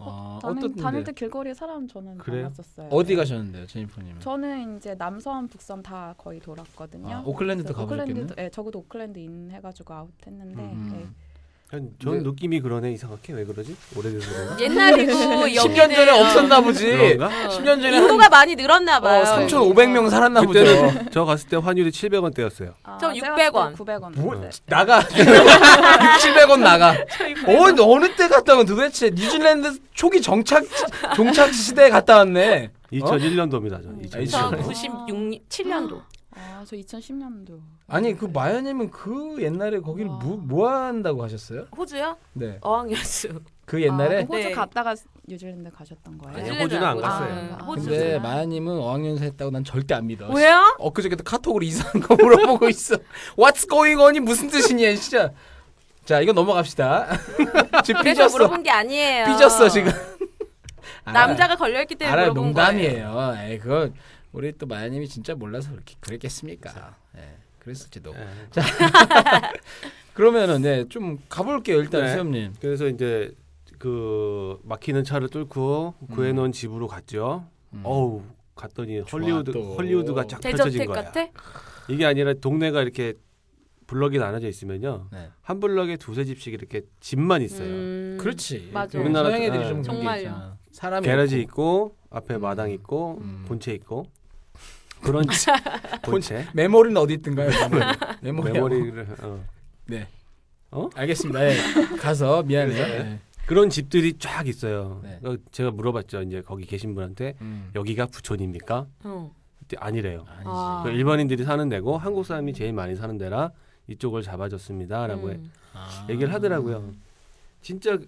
S1: 아,
S5: 다닐, 다닐
S1: 어떻던데?
S5: 때 길거리에 사람 저는
S2: 그래요?
S5: 많았었어요.
S1: 어디
S5: 네.
S1: 가셨는데요, 제니퍼님은?
S5: 저는 이제 남섬, 북섬 다 거의 돌았거든요.
S1: 아, 오클랜드도
S5: 그래서
S1: 가보셨겠네.
S5: 오클랜드도, 예, 적어도 오클랜드 인 해가지고 아웃했는데 네.
S1: 음.
S2: 전, 전
S1: 근데-
S2: 그러니까 느낌이 그러네 이상하게 왜 그러지? 오래돼서 그런가?
S4: 옛날이고 어,
S1: 10년 전에 없었나 보지.
S2: 그런가?
S1: 10년 전에 한
S4: 인구가 많이 늘었나
S1: 어,
S4: 봐요.
S1: 3,500명 살았나 보죠.
S2: 그때는 저 갔을 때 환율이 700원대였어요.
S5: 아,
S4: 저
S5: 제가
S4: 600원.
S5: 900원.
S1: 뭐,
S5: 네.
S1: 나가 6, 700원 나가. 어느 어느 때 갔다 온 도대체 뉴질랜드 초기 정착 종착 시대에 갔다 왔네.
S2: 2001년도입니다. 전.
S4: 아,
S2: 2001년도.
S4: 1996년 7년도.
S5: 아, 저 2010년도.
S1: 아니 그 마야님은 그 옛날에 거길
S5: 와.
S4: 아.
S1: 뭐, 뭐 한다고 하셨어요?
S4: 호주요?
S1: 네.
S4: 어학연수.
S1: 그 옛날에
S5: 아, 그럼 호주
S4: 네.
S5: 갔다가 뉴질랜드 가셨던 거예요?
S2: 아니요.
S4: 뉴질랜드
S2: 호주는 안
S4: 호주.
S2: 갔어요.
S4: 아,
S5: 아,
S4: 호주.
S1: 근데 마야님은 어학연수 했다고 난 절대 안 믿어.
S4: 왜요?
S1: 엊그저께도 카톡으로 이상한 거 물어보고 있어. What's going on이 무슨 뜻이냐 진짜. 자 이거 넘어갑시다. 지금
S4: 그래서
S1: 삐졌어.
S4: 물어본 게 아니에요.
S1: 삐졌어 지금.
S4: 남자가 걸려있기 때문에
S1: 알아
S4: 물어본 거예요.
S1: 농담이에요. 에이, 그거 우리 또 마야님이 진짜 몰라서 그렇게 그랬겠습니까. 예, 그랬을지도.
S2: 예.
S1: 그러면은 네, 좀 가볼게요 일단
S2: 네.
S1: 수염님.
S2: 그래서 이제 그 막히는 차를 뚫고 구해놓은 집으로 갔죠.
S1: 음.
S2: 어우 갔더니
S1: 좋아,
S2: 헐리우드
S1: 또.
S2: 헐리우드가 쫙 펼쳐진
S4: 대저택
S2: 거야.
S4: 같아?
S2: 이게 아니라 동네가 이렇게 블럭이 나눠져 있으면요.
S1: 네.
S2: 한 블럭에 두세 집씩 이렇게 집만 있어요.
S4: 음.
S1: 그렇지.
S4: 맞아.
S2: 우리나라-
S1: 서양 애들이
S2: 예.
S1: 좀 그런 게
S4: 정말요.
S1: 있잖아. 사람이
S2: 게라지
S1: 없고.
S2: 있고 앞에
S1: 음.
S2: 마당 있고
S1: 음.
S2: 본체 있고 그런 본체
S1: 메모리는 어디 있던가요? 메모리. 메모리하고.
S2: 메모리를 어.
S1: 네. 알겠습니다. 예. 가서 미안해요.
S2: 네.
S1: 예.
S2: 그런 집들이 쫙 있어요.
S1: 네.
S2: 그러니까 제가 물어봤죠. 이제 거기 계신 분한테
S1: 음.
S2: 여기가 부촌입니까?
S4: 어.
S2: 그때 아니래요.
S1: 아니지.
S4: 아.
S2: 그 일반인들이 사는 데고 한국 사람이 제일 많이 사는 데라 이쪽을 잡아줬습니다라고 해-
S4: 음.
S1: 아.
S2: 얘기를 하더라고요. 진짜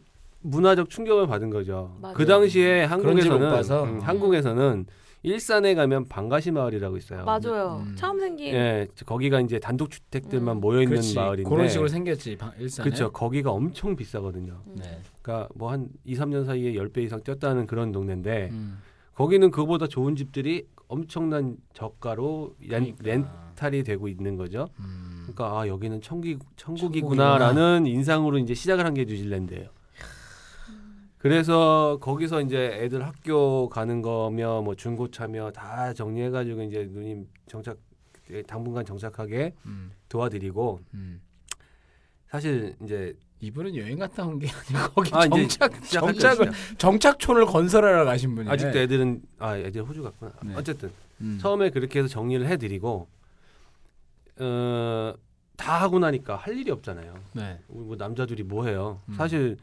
S2: 문화적 충격을 받은 거죠.
S4: 맞아요.
S2: 그 당시에
S1: 그런지 못
S2: 한국에서는
S1: 봐서.
S2: 음, 한국에서는 일산에 가면 방가시 마을이라고 있어요.
S4: 맞아요.
S1: 음.
S4: 처음 생긴.
S2: 예, 거기가 이제 단독 주택들만
S4: 음.
S2: 모여 있는
S1: 그렇지.
S2: 마을인데
S1: 그런 식으로 생겼지 방- 일산에.
S2: 그렇죠. 거기가 엄청 비싸거든요.
S4: 음.
S1: 네.
S2: 그러니까 뭐 한 2, 3년 사이에 10배 이상 뛰었다는 그런 동네인데
S1: 음.
S2: 거기는 그보다 좋은 집들이 엄청난 저가로 렌,
S1: 그러니까.
S2: 탈이 되고 있는 거죠.
S1: 음.
S2: 그러니까 아 여기는 천기,
S1: 천국이구나.
S2: 천국이구나라는 인상으로 이제 시작을 한 게 뉴질랜드예요. 그래서 거기서 이제 애들 학교 가는 거며 뭐 중고차며 다 정리해가지고 이제 누님 정착 당분간 정착하게
S1: 음.
S2: 도와드리고
S1: 음.
S2: 사실 이제
S1: 이분은 여행 갔다 온 게 아니고 거기
S2: 아, 이제
S1: 정착
S2: 시작하죠,
S1: 정착을 정착촌을 건설하러 가신 분이에요.
S2: 아직도 애들은 아 애들 호주 갔구나.
S1: 네.
S2: 어쨌든
S1: 음.
S2: 처음에 그렇게 해서 정리를 해드리고 어, 다 하고 나니까 할 일이 없잖아요.
S1: 네.
S2: 우리 뭐 남자들이 뭐 해요?
S1: 음.
S2: 사실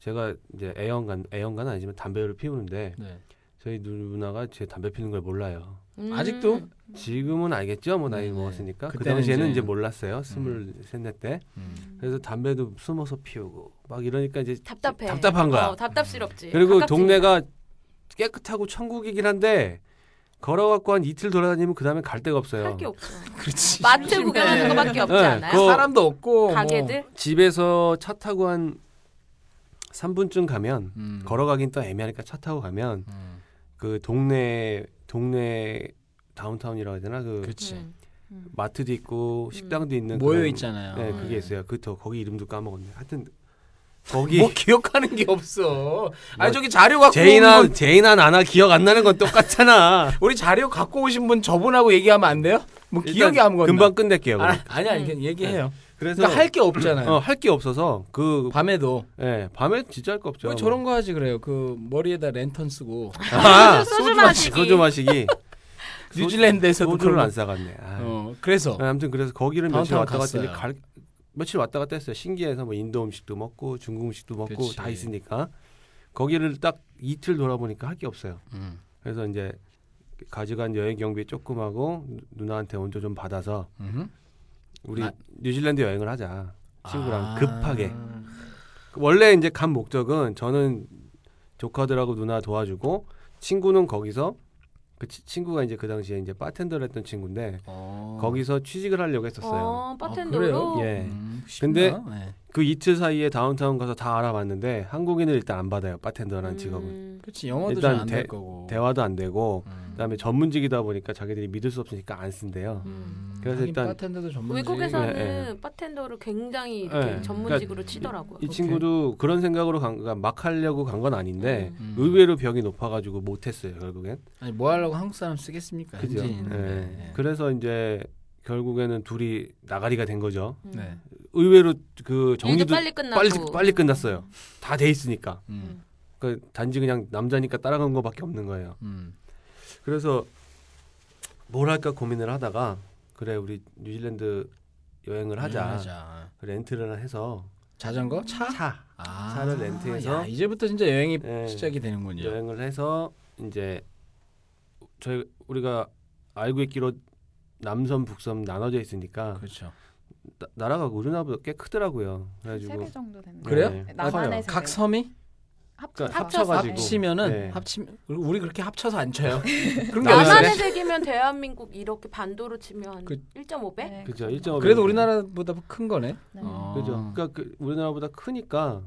S2: 제가 이제 애연간 애연간 아니지만 담배를 피우는데
S1: 네.
S2: 저희 누나가 제 담배 피우는 걸 몰라요.
S4: 음.
S1: 아직도?
S2: 지금은 알겠죠, 뭐 나이
S1: 네네.
S2: 먹었으니까. 그
S1: 그때는
S2: 당시에는
S1: 이제-
S2: 이제 몰랐어요, 스물셋 넷 때.
S1: 음.
S2: 그래서 담배도 숨어서 피우고 막 이러니까 이제
S4: 답답해.
S2: 답답한 거야.
S4: 어, 답답스럽지.
S2: 그리고
S4: 가깝지.
S2: 동네가 깨끗하고 천국이긴 한데 걸어갖고 한 이틀 돌아다니면 그 다음에 갈 데가 없어요.
S4: 할게 없어.
S1: 그렇지.
S4: 마트 구경하는
S1: 네.
S4: 거밖에 없지
S2: 네,
S4: 않아요?
S2: 그거- 뭐.
S1: 사람도 없고 뭐.
S4: 가게들?
S2: 집에서 차 타고 한 3분쯤 가면
S1: 뭐. 음.
S2: 걸어가긴 또 애매하니까 차 타고 가면
S1: 음.
S2: 그 동네 동네 다운타운이라고 해야 되나 그
S1: 그렇지.
S4: 음.
S2: 마트도 있고 식당도 있는
S1: 모여
S2: 그런-
S1: 있잖아요.
S2: 네 그게
S4: 음.
S2: 있어요. 그더 거기 이름도 까먹었네. 하여튼 거기 뭐
S1: 뭐 기억하는 게 없어. 아니 저기 자료 갖고 온
S2: 제인한
S1: 분,
S2: 제인한 아나 기억 안 나는 건 똑같잖아.
S1: 우리 자료 갖고 오신 분 저분하고 얘기하면 안 돼요? 뭐 기억이
S2: 일단
S1: 아무것도
S2: 금방 끝낼게요. 네.
S1: 아,
S2: 그럼.
S1: 아니야 이게 얘기해요.
S2: 그래서
S1: 그러니까 할 게 없잖아요.
S2: 어, 할 게 없어서 그
S1: 밤에도
S2: 예, 밤에 진짜 할 거 없죠.
S1: 왜뭐 저런 거 하지 그래요? 그 머리에다 랜턴 쓰고
S2: 아,
S4: 소주
S2: 소주
S4: 마시기.
S2: 마시기. 소주 마시기.
S1: 뉴질랜드에서도
S2: 소주를
S1: 그런
S2: 안 싸갔네. 아.
S1: 거- 어 그래서
S2: 아, 아무튼 그래서 거기를 며칠
S1: 다운타운
S2: 왔다 갔다 했는데
S1: 갔어요.
S2: 갈, 며칠 왔다 갔다 했어요. 신기해서 뭐 인도 음식도 먹고 중국 음식도 먹고
S1: 그치.
S2: 다 있으니까 거기를 딱 이틀 돌아보니까 할 게 없어요.
S1: 음.
S2: 그래서 이제 가져간 여행 경비 조금 하고 누- 누나한테 온조 좀 받아서
S1: 음흠.
S2: 우리
S1: 아.
S2: 뉴질랜드 여행을 하자 친구랑
S1: 아.
S2: 급하게 원래 이제 간 목적은 저는 조카들하고 누나 도와주고 친구는 거기서 그 치- 친구가 이제 그 당시에 이제 바텐더를 했던 친구인데
S1: 어.
S2: 거기서 취직을 하려고 했었어요.
S4: 어,
S1: 아,
S4: 바텐더로.
S1: 그래요?
S2: 예.
S1: 음,
S2: 근데
S1: 쉽나? 네.
S2: 그 이틀 사이에 다운타운 가서 다 알아봤는데 한국인을 일단 안 받아요 바텐더라는 직업은
S4: 음.
S1: 그렇지 영어도
S2: 일단
S1: 잘 안 될
S2: 대-
S1: 거고.
S2: 대화도 안 되고
S1: 음.
S2: 그다음에 전문직이다 보니까 자기들이 믿을 수 없으니까 안 쓴대요
S4: 음.
S2: 그래서
S1: 하긴
S2: 일단
S1: 바텐더도 전문직.
S4: 외국에서는
S2: 예,
S4: 바텐더를 굉장히 이렇게
S2: 예.
S4: 전문직으로 치더라고요.
S2: 이 친구도 그런 생각으로 간, 그러니까 막 하려고 간 건 아닌데
S1: 음.
S2: 의외로 벽이 높아가지고 못했어요 결국엔
S1: 아니 뭐 하려고 한국 사람 쓰겠습니까?
S2: 그죠
S1: 현지인인데.
S2: 예.
S1: 예.
S2: 그래서 이제 결국에는 둘이 나가리가 된 거죠
S4: 음.
S1: 네.
S2: 의외로 그
S4: 일도
S2: 정리도
S4: 빨리 끝나고.
S2: 빨리 빨리 끝났어요 다 돼 있으니까
S1: 음.
S2: 그 단지 그냥 남자니까 따라간 거밖에 없는 거예요
S1: 음.
S2: 그래서 뭘 할까 고민을 하다가 그래 우리 뉴질랜드 여행을 하자,
S1: 음, 하자.
S2: 렌트를 해서
S1: 자전거 차.
S2: 차
S1: 아,
S2: 차를 렌트해서
S1: 야, 이제부터 진짜 여행이
S2: 예.
S1: 시작이 되는군요.
S2: 여행을 해서 이제 저희 우리가 알고 있기로 남섬 북섬 나눠져 있으니까
S1: 그렇죠.
S2: 나- 나라가 우리나라보다 꽤 크더라고요 그래가지고
S5: 세개 정도 되는
S1: 그래요?
S5: 나만의
S2: 커요.
S5: 세
S1: 각
S5: 개.
S1: 섬이
S5: 합쳐
S2: 그러니까
S5: 합쳐가지고.
S1: 어, 합치면은
S2: 네.
S1: 합치면 우리 그렇게 합쳐서 안 쳐요. 그럼
S2: 나만
S1: 나만
S4: 그러니까 나만의 세계면 대한민국 이렇게 반도로 치면
S1: 그-
S4: 1.5배?
S5: 네,
S2: 그죠,
S5: 그 정도.
S2: 1.5
S1: 그래도 우리나라보다 큰 거네.
S5: 네.
S1: 어.
S2: 그죠 그러니까 그 우리나라보다 크니까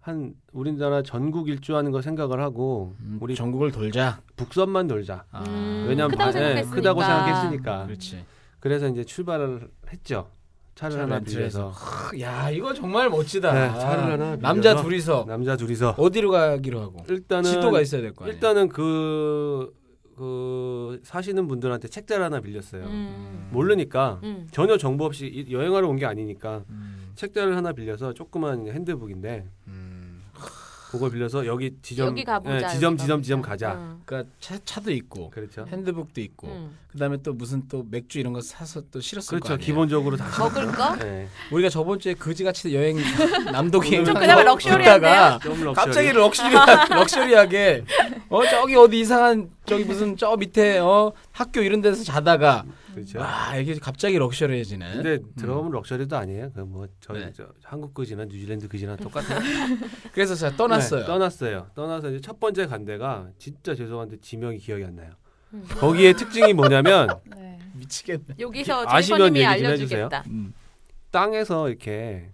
S2: 한 우리나라 전국 일주하는 걸 생각을 하고
S1: 음,
S2: 우리
S1: 우리 전국을 돌자.
S2: 북섬만 돌자
S1: 아.
S4: 음,
S2: 왜냐면
S4: 크다고
S2: 바- 예,
S4: 생각했으니까.
S2: 크다고 생각했으니까
S1: 그렇지.
S2: 그래서 이제 출발을 했죠. 차를
S1: 차를
S2: 하나
S1: 렌트해서.
S2: 빌려서
S1: 크, 아, 야 이거 정말 멋지다. 아,
S2: 네, 차를 하나
S1: 남자
S2: 빌려서.
S1: 둘이서
S2: 남자 둘이서
S1: 어디로 가기로 하고
S2: 일단은
S1: 지도가 있어야 될 거 아니에요.
S2: 일단은 그, 그 사시는 분들한테 책자를 하나 빌렸어요.
S4: 음.
S2: 모르니까
S4: 음.
S2: 전혀 정보 없이 이- 여행하러 온 게 아니니까
S1: 음,
S2: 책자를 하나 빌려서 조그만 핸드북인데
S1: 음.
S2: 그걸 빌려서 여기 지점
S4: 여기 가보자.
S2: 예,
S4: 여기 가보자. 어.
S2: 지점
S4: 음.
S2: 지점 지점 가자.
S4: 응.
S1: 그러니까 차, 차도 있고
S2: 그렇죠.
S1: 핸드북도 있고
S4: 응.
S1: 그다음에 또 무슨 또 맥주 이런 거 사서 또 실었을 거
S2: 그렇죠.
S1: 아니에요.
S2: 기본적으로 다
S4: 먹을 거?
S2: 예.
S1: 우리가 저번 주에 그지같이 여행 남동이
S2: 좀
S1: 여행
S4: 그나마
S1: 거
S4: 럭셔리한데요?
S1: 갔다가
S2: 좀 럭셔리.
S1: 아, 갑자기 럭셔리하, 럭셔리하게 어 저기 어디 이상한 저기 무슨 저 밑에 어 학교 이런 데서 자다가
S2: 그렇죠.
S1: 와 이게 갑자기 아, 럭셔리해지네. 음.
S2: 근데 들어가면 럭셔리도 아니에요. 그뭐 저희
S1: 네.
S2: 저 한국 그지나 뉴질랜드 그지나 똑같아요.
S1: 그래서 제가 떠났어요.
S2: 네, 떠났어요. 떠나서 이제 첫 번째 간 데가 진짜 죄송한데 지명이 기억이 안 나요. 거기의 특징이 뭐냐면
S5: 네.
S1: 미치겠네.
S4: 여기서
S2: 아시면
S4: 제이퍼님이
S2: 얘기 좀
S4: 알려주겠다.
S1: 음.
S2: 땅에서 이렇게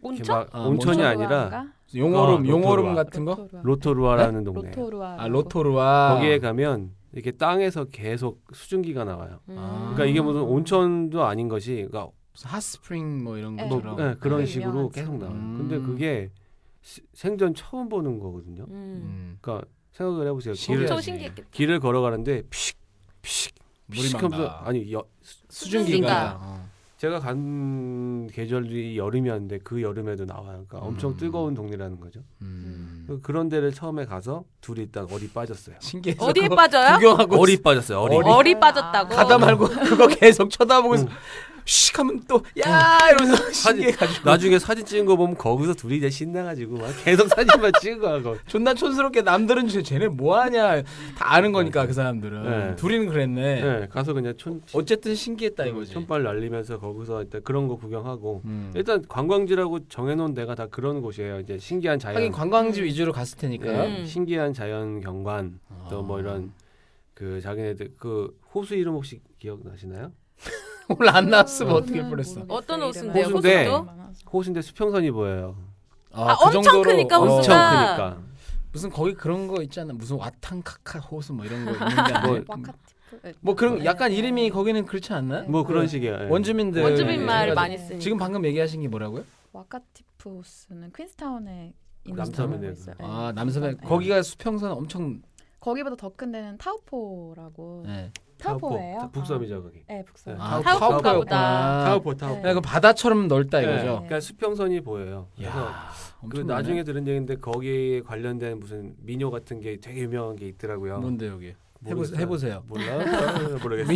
S2: 이렇게
S4: 온천?
S2: 막
S1: 아,
S2: 온천이
S1: 온천
S2: 아니라
S1: 용오름
S2: 아,
S1: 용오름
S2: 로토루아.
S1: 같은 거?
S2: 로토루아라는 동네.
S5: 로토루아.
S1: 아 로토루아.
S2: 거기에 가면 이렇게 땅에서 계속 수증기가 나와요.
S1: 아.
S2: 그러니까 이게 무슨 온천도 아닌 것이 그러니까
S1: 무슨 핫스프링 뭐 이런
S5: 네.
S2: 뭐
S1: 거처럼
S2: 예, 그런
S5: 네.
S2: 식으로
S5: 유명하죠.
S2: 계속 나와요.
S1: 음.
S2: 근데 그게 시- 생전 처음 보는 거거든요.
S4: 음.
S1: 음.
S2: 그러니까 생각을 해보세요. 길을,
S1: 신기하지.
S4: 엄청 신기했겠다.
S2: 길을 걸어가는데 피식 피식
S1: 물이 막
S2: 피식하면서
S1: 나.
S2: 아니 여,
S1: 수증기가.
S4: 수증기가.
S1: 어.
S2: 제가 간 계절이 여름이었는데 그 여름에도 나와요. 그러니까 엄청
S1: 음.
S2: 뜨거운 동네라는 거죠.
S1: 음.
S2: 그런 데를 처음에 가서 둘이 일단 어리 빠졌어요.
S1: 신기해서
S4: 어디에
S1: 그거
S4: 빠져요?
S1: 구경하고
S2: 어리 빠졌어요. 어리.
S1: 어리.
S4: 어리, 빠졌다고.
S1: 가다 말고 그거 계속 쳐다보고
S2: 어. 응.
S1: 있어. 씩 하면 또야 이러면서 어, 신기해 가지고
S2: 나중에 사진 찍은 거 보면 거기서 둘이 이제 신나가지고 막 계속 사진만 찍어가고.
S1: 존나 촌스럽게 남들은 쟤- 쟤네 뭐 하냐 다 아는 거니까 그 사람들은
S2: 네.
S1: 둘이는 그랬네.
S2: 네. 가서 그냥 촌
S1: 어쨌든 신기했다 이거지.
S2: 손발 날리면서 거기서 일단 그런 거 구경하고
S1: 음.
S2: 일단 관광지라고 정해놓은 데가 다 그런 곳이에요. 이제 신기한 자연,
S1: 하긴 관광지 위주로 갔을 테니까. 아.
S2: 네,
S4: 음.
S2: 신기한 자연 경관 또 뭐 이런 그 자기네들 그 호수 이름 혹시 기억나시나요?
S1: 오늘
S5: 아,
S1: 안 나왔으면
S2: 네.
S1: 어떻게 뻔했어.
S4: 어떤
S5: 네,
S4: 옷인데요?
S2: 호수인데.
S4: 호수도?
S2: 호수인데 수평선이 보여요.
S4: 아, 엄청 크니까
S1: 어,
S4: 호수가.
S2: 엄청 크니까.
S1: 무슨 거기 그런 거 있잖아. 무슨 와탕카카 호수 뭐 이런 거 있는데
S2: 뭐-
S5: 네.
S1: 뭐 그런
S4: 네.
S1: 약간 이름이 거기는 그렇지 않나요?
S2: 뭐 그런 식이에요. 예.
S1: 네. 원주민들
S4: 원주민 네. 말
S1: 생각에-
S4: 많이 쓰니까.
S1: 지금 방금 얘기하신 게 뭐라고요?
S5: 와카티프 호스는 퀸스타운에 있는
S2: 남섬이네요.
S5: 동네라고 있어요.
S1: 아
S5: 네,
S1: 남섬에
S5: 네.
S1: 거기가 수평선 엄청
S5: 거기보다 더 큰 데는 타우포라고.
S1: 네.
S5: 타우포예요?
S2: 북섬이죠 거기.
S5: 아, 네, 북섬.
S2: 네.
S1: 아,
S4: 타우포가
S1: 타우포였구나.
S4: 보다.
S2: 타우포 타우포.
S1: 야, 그 바다처럼 넓다
S2: 네,
S1: 이거죠.
S2: 그러니까 수평선이 보여요. 그래서
S1: 야,
S2: 그
S1: 엄청나네.
S2: 나중에 들은 얘기인데 거기에 관련된 무슨 민요 같은 게 되게 유명한 게 있더라고요.
S1: 뭔데 여기?
S2: 모르겠어요.
S1: 해보세요.
S2: 몰라 모르겠어.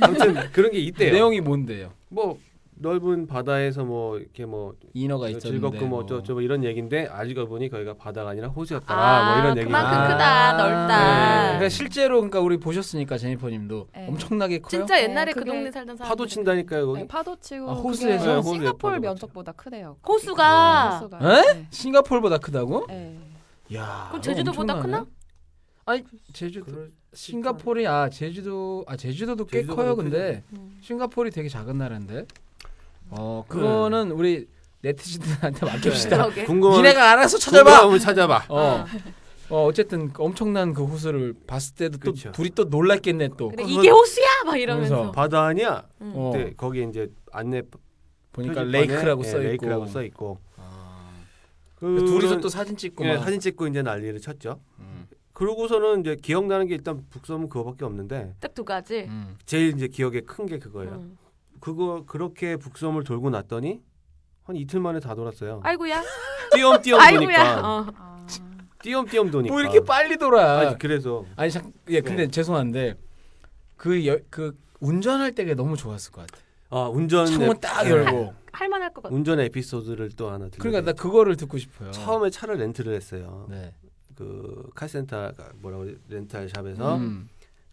S2: 아무튼 그런 게 있대요.
S1: 내용이 뭔데요?
S2: 뭐 넓은 바다에서 뭐 이렇게 뭐
S1: 인어가 있었는데
S2: 즐겁고 뭐 어쩌고 이런 얘기인데 알고 보니 거기가 바다가 아니라 호수였더라
S4: 아,
S2: 뭐 이런 얘기.
S4: 그만큼
S1: 아.
S4: 크다,
S2: 네.
S4: 넓다.
S1: 그러니까 실제로 그러니까 우리 보셨으니까 제니퍼님도
S5: 네.
S1: 엄청나게 커요.
S4: 진짜 옛날에
S5: 네,
S4: 그
S5: 그게
S4: 동네 살던 사람.
S2: 파도 친다니까요 거기.
S5: 네, 파도 치고
S1: 아,
S5: 그게
S1: 호수에서?
S2: 네, 호수에 파도
S5: 싱가포르
S2: 치고.
S5: 면적보다 크대요.
S4: 호수가
S5: 호수가.
S1: 에?
S5: 네.
S1: 싱가포르보다 크다고?
S5: 네.
S2: 아,
S1: 야.
S4: 그럼 아, 제주도보다
S1: 엄청나네. 아니 제주도 싱가포르 아 제주도 아 제주도도 꽤
S2: 제주도가
S1: 커요
S2: 더
S1: 근데
S4: 음.
S1: 싱가포르이 되게 작은 나라인데. 어
S2: 네.
S1: 그거는 우리 네티즌들한테 맡깁시다.
S4: 그러게.
S2: 궁금한
S1: 니네가 알아서 찾아봐.
S2: 궁금하면 찾아봐.
S1: 어. 어 어쨌든 그 엄청난 그 호수를 봤을 때도 또
S2: 그쵸.
S1: 둘이 또 놀랐겠네 또.
S4: 그래, 이게 호수야 막 이러면서.
S1: 뭐 그래서
S2: 바다 아니야?
S4: 음.
S1: 어,
S2: 그때 거기에 이제 안내
S1: 보니까
S2: 표지판에,
S1: 레이크라고
S2: 예,
S1: 써 있고.
S2: 레이크라고 써 있고.
S1: 그
S2: 그
S1: 둘이서 또 사진 찍고
S2: 예,
S1: 막.
S2: 사진 찍고 이제 난리를 쳤죠.
S1: 음.
S2: 그러고서는 이제 기억나는 게 일단 북섬은 그거밖에 없는데
S4: 딱 두 가지.
S1: 음.
S2: 제일 이제 기억에 큰 게 그거예요.
S4: 음.
S2: 그거 그렇게 북섬을 돌고 났더니 한 이틀 만에 다 돌았어요.
S4: 아이고야.
S2: 뭐. 띄엄띄엄
S4: 아이고야.
S2: 도니까
S4: 어.
S5: 아,
S2: 띄엄띄엄 도니까
S1: 뭐 이렇게 빨리 돌아.
S2: 아니 그래서
S1: 아니 참, 예 근데 죄송한데 그, 여, 그 운전할 때가 너무 좋았을 것 같아.
S2: 아 운전
S1: 창문
S2: 에-
S1: 딱
S2: 네.
S1: 열고.
S4: 할만할 것 같아.
S2: 운전 에피소드를 또 하나 들려.
S1: 그러니까 나 그거를 듣고 싶어요.
S2: 처음에 차를 렌트를 했어요.
S1: 네.
S2: 그 카센터 뭐라고 그러지? 렌탈샵에서
S1: 음.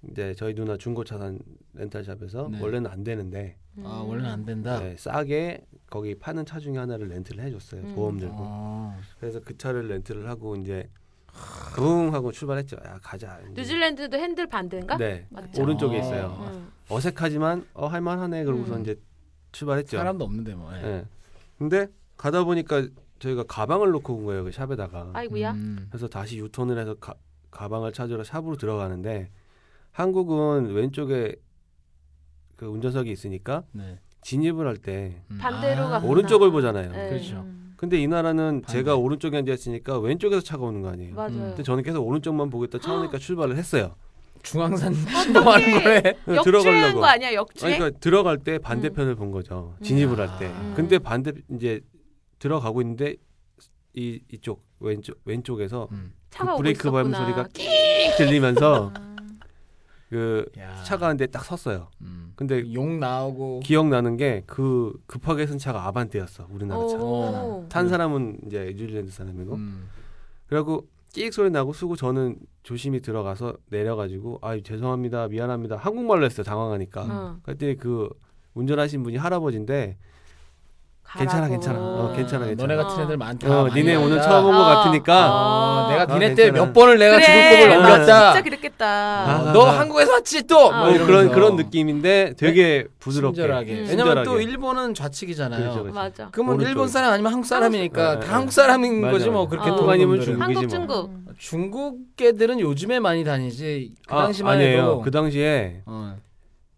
S2: 이제 저희 누나 중고차 산 렌탈샵에서
S1: 네.
S2: 원래는 안 되는데
S1: 아
S4: 음.
S1: 원래는 안 된다.
S2: 네, 싸게 거기 파는 차 중에 하나를 렌트를 해줬어요.
S4: 음.
S2: 보험 들고.
S1: 어.
S2: 그래서 그 차를 렌트를 하고 이제 붕 하고 출발했죠. 야 가자. 이제.
S4: 뉴질랜드도 핸들 반대인가?
S2: 네
S4: 맞죠.
S2: 오른쪽에
S1: 아.
S2: 있어요.
S4: 음.
S2: 어색하지만 어 할만하네 그러고서
S4: 음.
S2: 이제 출발했죠.
S1: 사람도 없는데 뭐.
S4: 네.
S1: 예.
S2: 예. 근데 가다 보니까 저희가 가방을 놓고 온 거예요 그 샵에다가.
S4: 아이고야.
S1: 음.
S2: 그래서 다시 유턴을 해서 가, 가방을 찾으러 샵으로 들어가는데 한국은 왼쪽에 그 운전석이 있으니까
S1: 네.
S2: 진입을 할 때
S1: 음.
S4: 반대로
S1: 아,
S4: 가.
S2: 오른쪽을 보잖아요.
S4: 네.
S1: 그렇죠.
S5: 음.
S2: 근데 이 나라는
S1: 반대.
S2: 제가 오른쪽에 앉아 있으니까 왼쪽에서 차가 오는 거 아니에요.
S4: 맞아요. 아.
S2: 근데 저는 계속 오른쪽만 보겠다 차오니까 출발을 했어요.
S1: 중앙산 뭐 신봉하는 거래.
S2: 그래서
S4: 역주행한 거
S2: 아니,
S4: 아니야? 역주행?
S2: 그러니까 들어갈 때 반대편을 본 거죠. 진입을 할 때.
S1: 음.
S2: 근데 반대 이제 들어가고 있는데 이 이쪽 왼쪽 왼쪽에서
S1: 음.
S4: 차가 오고
S2: 그 브레이크 밟는
S4: 있었구나.
S2: 소리가 들리면서
S5: 아.
S2: 그
S1: 야.
S2: 차가 한대 딱 섰어요.
S1: 음.
S2: 근데
S1: 욕 나오고
S2: 기억나는 게 그 급하게 쓴 차가 아반떼였어 어. 우리나라 차.
S4: 오.
S2: 탄 사람은 이제 뉴질랜드 사람이고
S1: 음.
S2: 그리고 끼익 소리 나고 쓰고 저는 조심히 들어가서 내려가지고 아 죄송합니다 미안합니다 한국말로 했어요 당황하니까
S4: 어.
S2: 그때 그 운전하신 분이 할아버지인데 괜찮아
S4: 가라고.
S2: 괜찮아 어, 괜찮아
S1: 아,
S2: 괜찮아
S1: 너네 같은
S4: 어.
S1: 애들 많다.
S2: 어,
S1: 많이
S2: 니네
S1: 많다.
S2: 오늘 처음 온 것
S4: 어.
S2: 같으니까
S1: 어,
S4: 아.
S1: 내가
S2: 아,
S1: 니네 때
S2: 괜찮아.
S1: 몇 번을 내가
S4: 그래,
S1: 죽을 법을
S4: 맞아,
S1: 넘겼다.
S4: 진짜 그랬겠다.
S2: 아,
S1: 어, 너
S2: 아, 아.
S1: 한국에서 왔지 또.
S4: 아.
S1: 뭐
S2: 뭐 그런
S1: 이러면서.
S2: 그런 느낌인데 되게 부드럽게
S1: 친절하게.
S4: 음.
S1: 왜냐면 또
S2: 친절하게.
S1: 일본은 좌측이잖아요.
S2: 그렇죠, 그렇죠.
S4: 맞아.
S1: 그러면
S2: 오른쪽.
S1: 일본 사람 아니면 한국 사람이니까
S2: 한국 사람.
S1: 다 한국 사람인
S2: 맞아,
S1: 거지
S2: 맞아.
S1: 뭐 그렇게
S4: 어.
S1: 동
S2: 한국인이면
S1: 들
S2: 중국.
S4: 한국
S2: 중국이지 뭐.
S4: 중국.
S5: 음.
S1: 중국 애들은 요즘에 많이 다니지 그
S2: 아,
S1: 당시만
S2: 아니에요.
S1: 해도
S2: 그 당시에
S1: 어.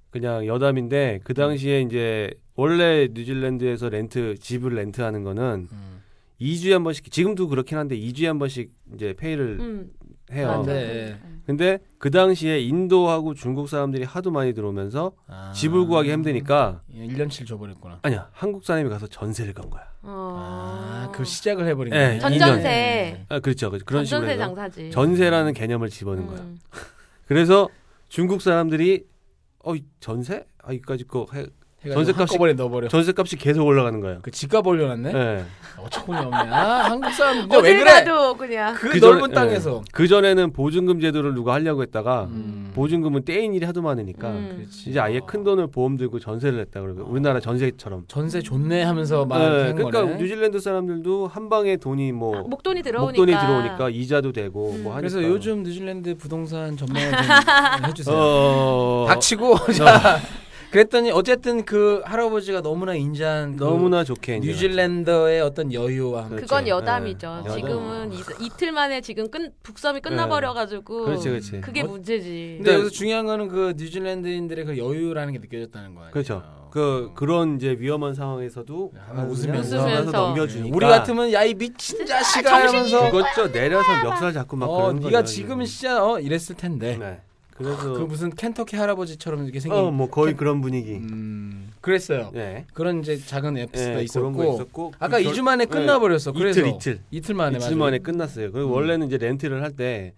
S2: 그냥 여담인데 그 당시에 이제 원래 뉴질랜드에서 렌트 집을 렌트하는 거는
S1: 음.
S2: 2주에 한 번씩 지금도 그렇긴 한데 2주에 한 번씩 이제 페이를
S4: 음.
S2: 해요.
S1: 아, 네.
S2: 근데 그 당시에 인도하고 중국 사람들이 하도 많이 들어오면서
S1: 아.
S2: 집을 구하기 힘드니까
S1: 예, 1년치를 줘버렸구나.
S2: 아니야 한국 사람이 가서 전세를 간 거야.
S1: 아,
S4: 어.
S1: 그 시작을 해버린 음. 거야.
S2: 예,
S4: 전전세.
S2: 아 그렇죠, 그렇죠. 그런 식으로
S4: 전전세
S2: 해서
S4: 장사지.
S2: 전세라는 개념을 집어넣은 거야.
S4: 음.
S2: 그래서 중국 사람들이 어 이 전세? 아 이까지 거 해- 전셋값이-
S1: 전세값 한꺼번에 넣어버려.
S2: 전세값이 계속 올라가는 거야.
S1: 그 집값 올려놨네.
S2: 예.
S1: 어처구니 없네. 아, 한국 사람 근데 왜
S4: 어딜
S1: 그래?
S4: 가도 그냥
S1: 그,
S2: 그 전에-
S1: 넓은 땅에서.
S2: 예. 그 전에는 보증금 제도를 누가 하려고 했다가
S1: 음.
S2: 보증금은 떼인 일이 하도 많으니까
S4: 음.
S1: 그렇지.
S2: 네. 이제 아예 큰 돈을 보험 들고 전세를 냈다 그러고 우리나라 전세처럼.
S1: 전세 좋네 하면서 막 이렇게
S2: 예,
S1: 아. 한
S2: 그러니까
S1: 거네.
S2: 뉴질랜드 사람들도 한 방에 돈이 뭐
S4: 아, 목돈이 들어오니까.
S2: 목돈이 들어오니까 이자도 되고
S4: 음.
S2: 뭐 하니까.
S1: 그래서 요즘 뉴질랜드 부동산 전망을 좀 해주세요.
S2: 어...
S1: 닥치고 자, 그랬더니 어쨌든 그 할아버지가 너무나 인자한 그
S2: 너무나 좋게 이제
S1: 뉴질랜더의 어떤 여유와 함께
S4: 그건
S2: 그렇죠.
S4: 여담이죠.
S2: 예.
S4: 지금은 이, 틀 만에 지금 끝 북섬이 끝나버려가지고
S2: 그렇지 그렇지.
S4: 그게
S1: 어?
S2: 네.
S4: 문제지.
S1: 근데 여기서 중요한 거는 그 뉴질랜드인들의 그 여유라는 게 느껴졌다는 거예요. 어. 네.
S2: 그렇죠. 그 그런 이제 위험한 상황에서도
S1: 아, 웃으면서.
S2: 웃으면서 넘겨주니까
S1: 우리 같으면 야 이 미친 자식아 이러면서
S2: 그것저 내려서 멱살 잡고 막
S1: 어
S2: 그러는
S1: 네가
S2: 거죠,
S1: 지금
S2: 이제.
S1: 진짜 어 이랬을 텐데
S2: 네.
S1: 그
S2: 그래서
S1: 무슨 kentucky 할아버지처럼 이렇게 생긴
S2: 어뭐 거의 그런 분위기.
S1: 음 그랬어요.
S2: 네.
S1: 그런 이제 작은 에피소드가
S2: 예, 그런 거
S1: 있었고
S2: 있었고
S1: 아까
S2: 그
S1: 2주 만에 끝나버렸어.
S2: 이틀,
S1: 그래서
S2: 이틀.
S1: 이틀 만에
S2: 이틀
S1: 맞아요.
S2: 만에 끝났어요. 그리고
S1: 음.
S2: 원래는 이제 렌트를 할 때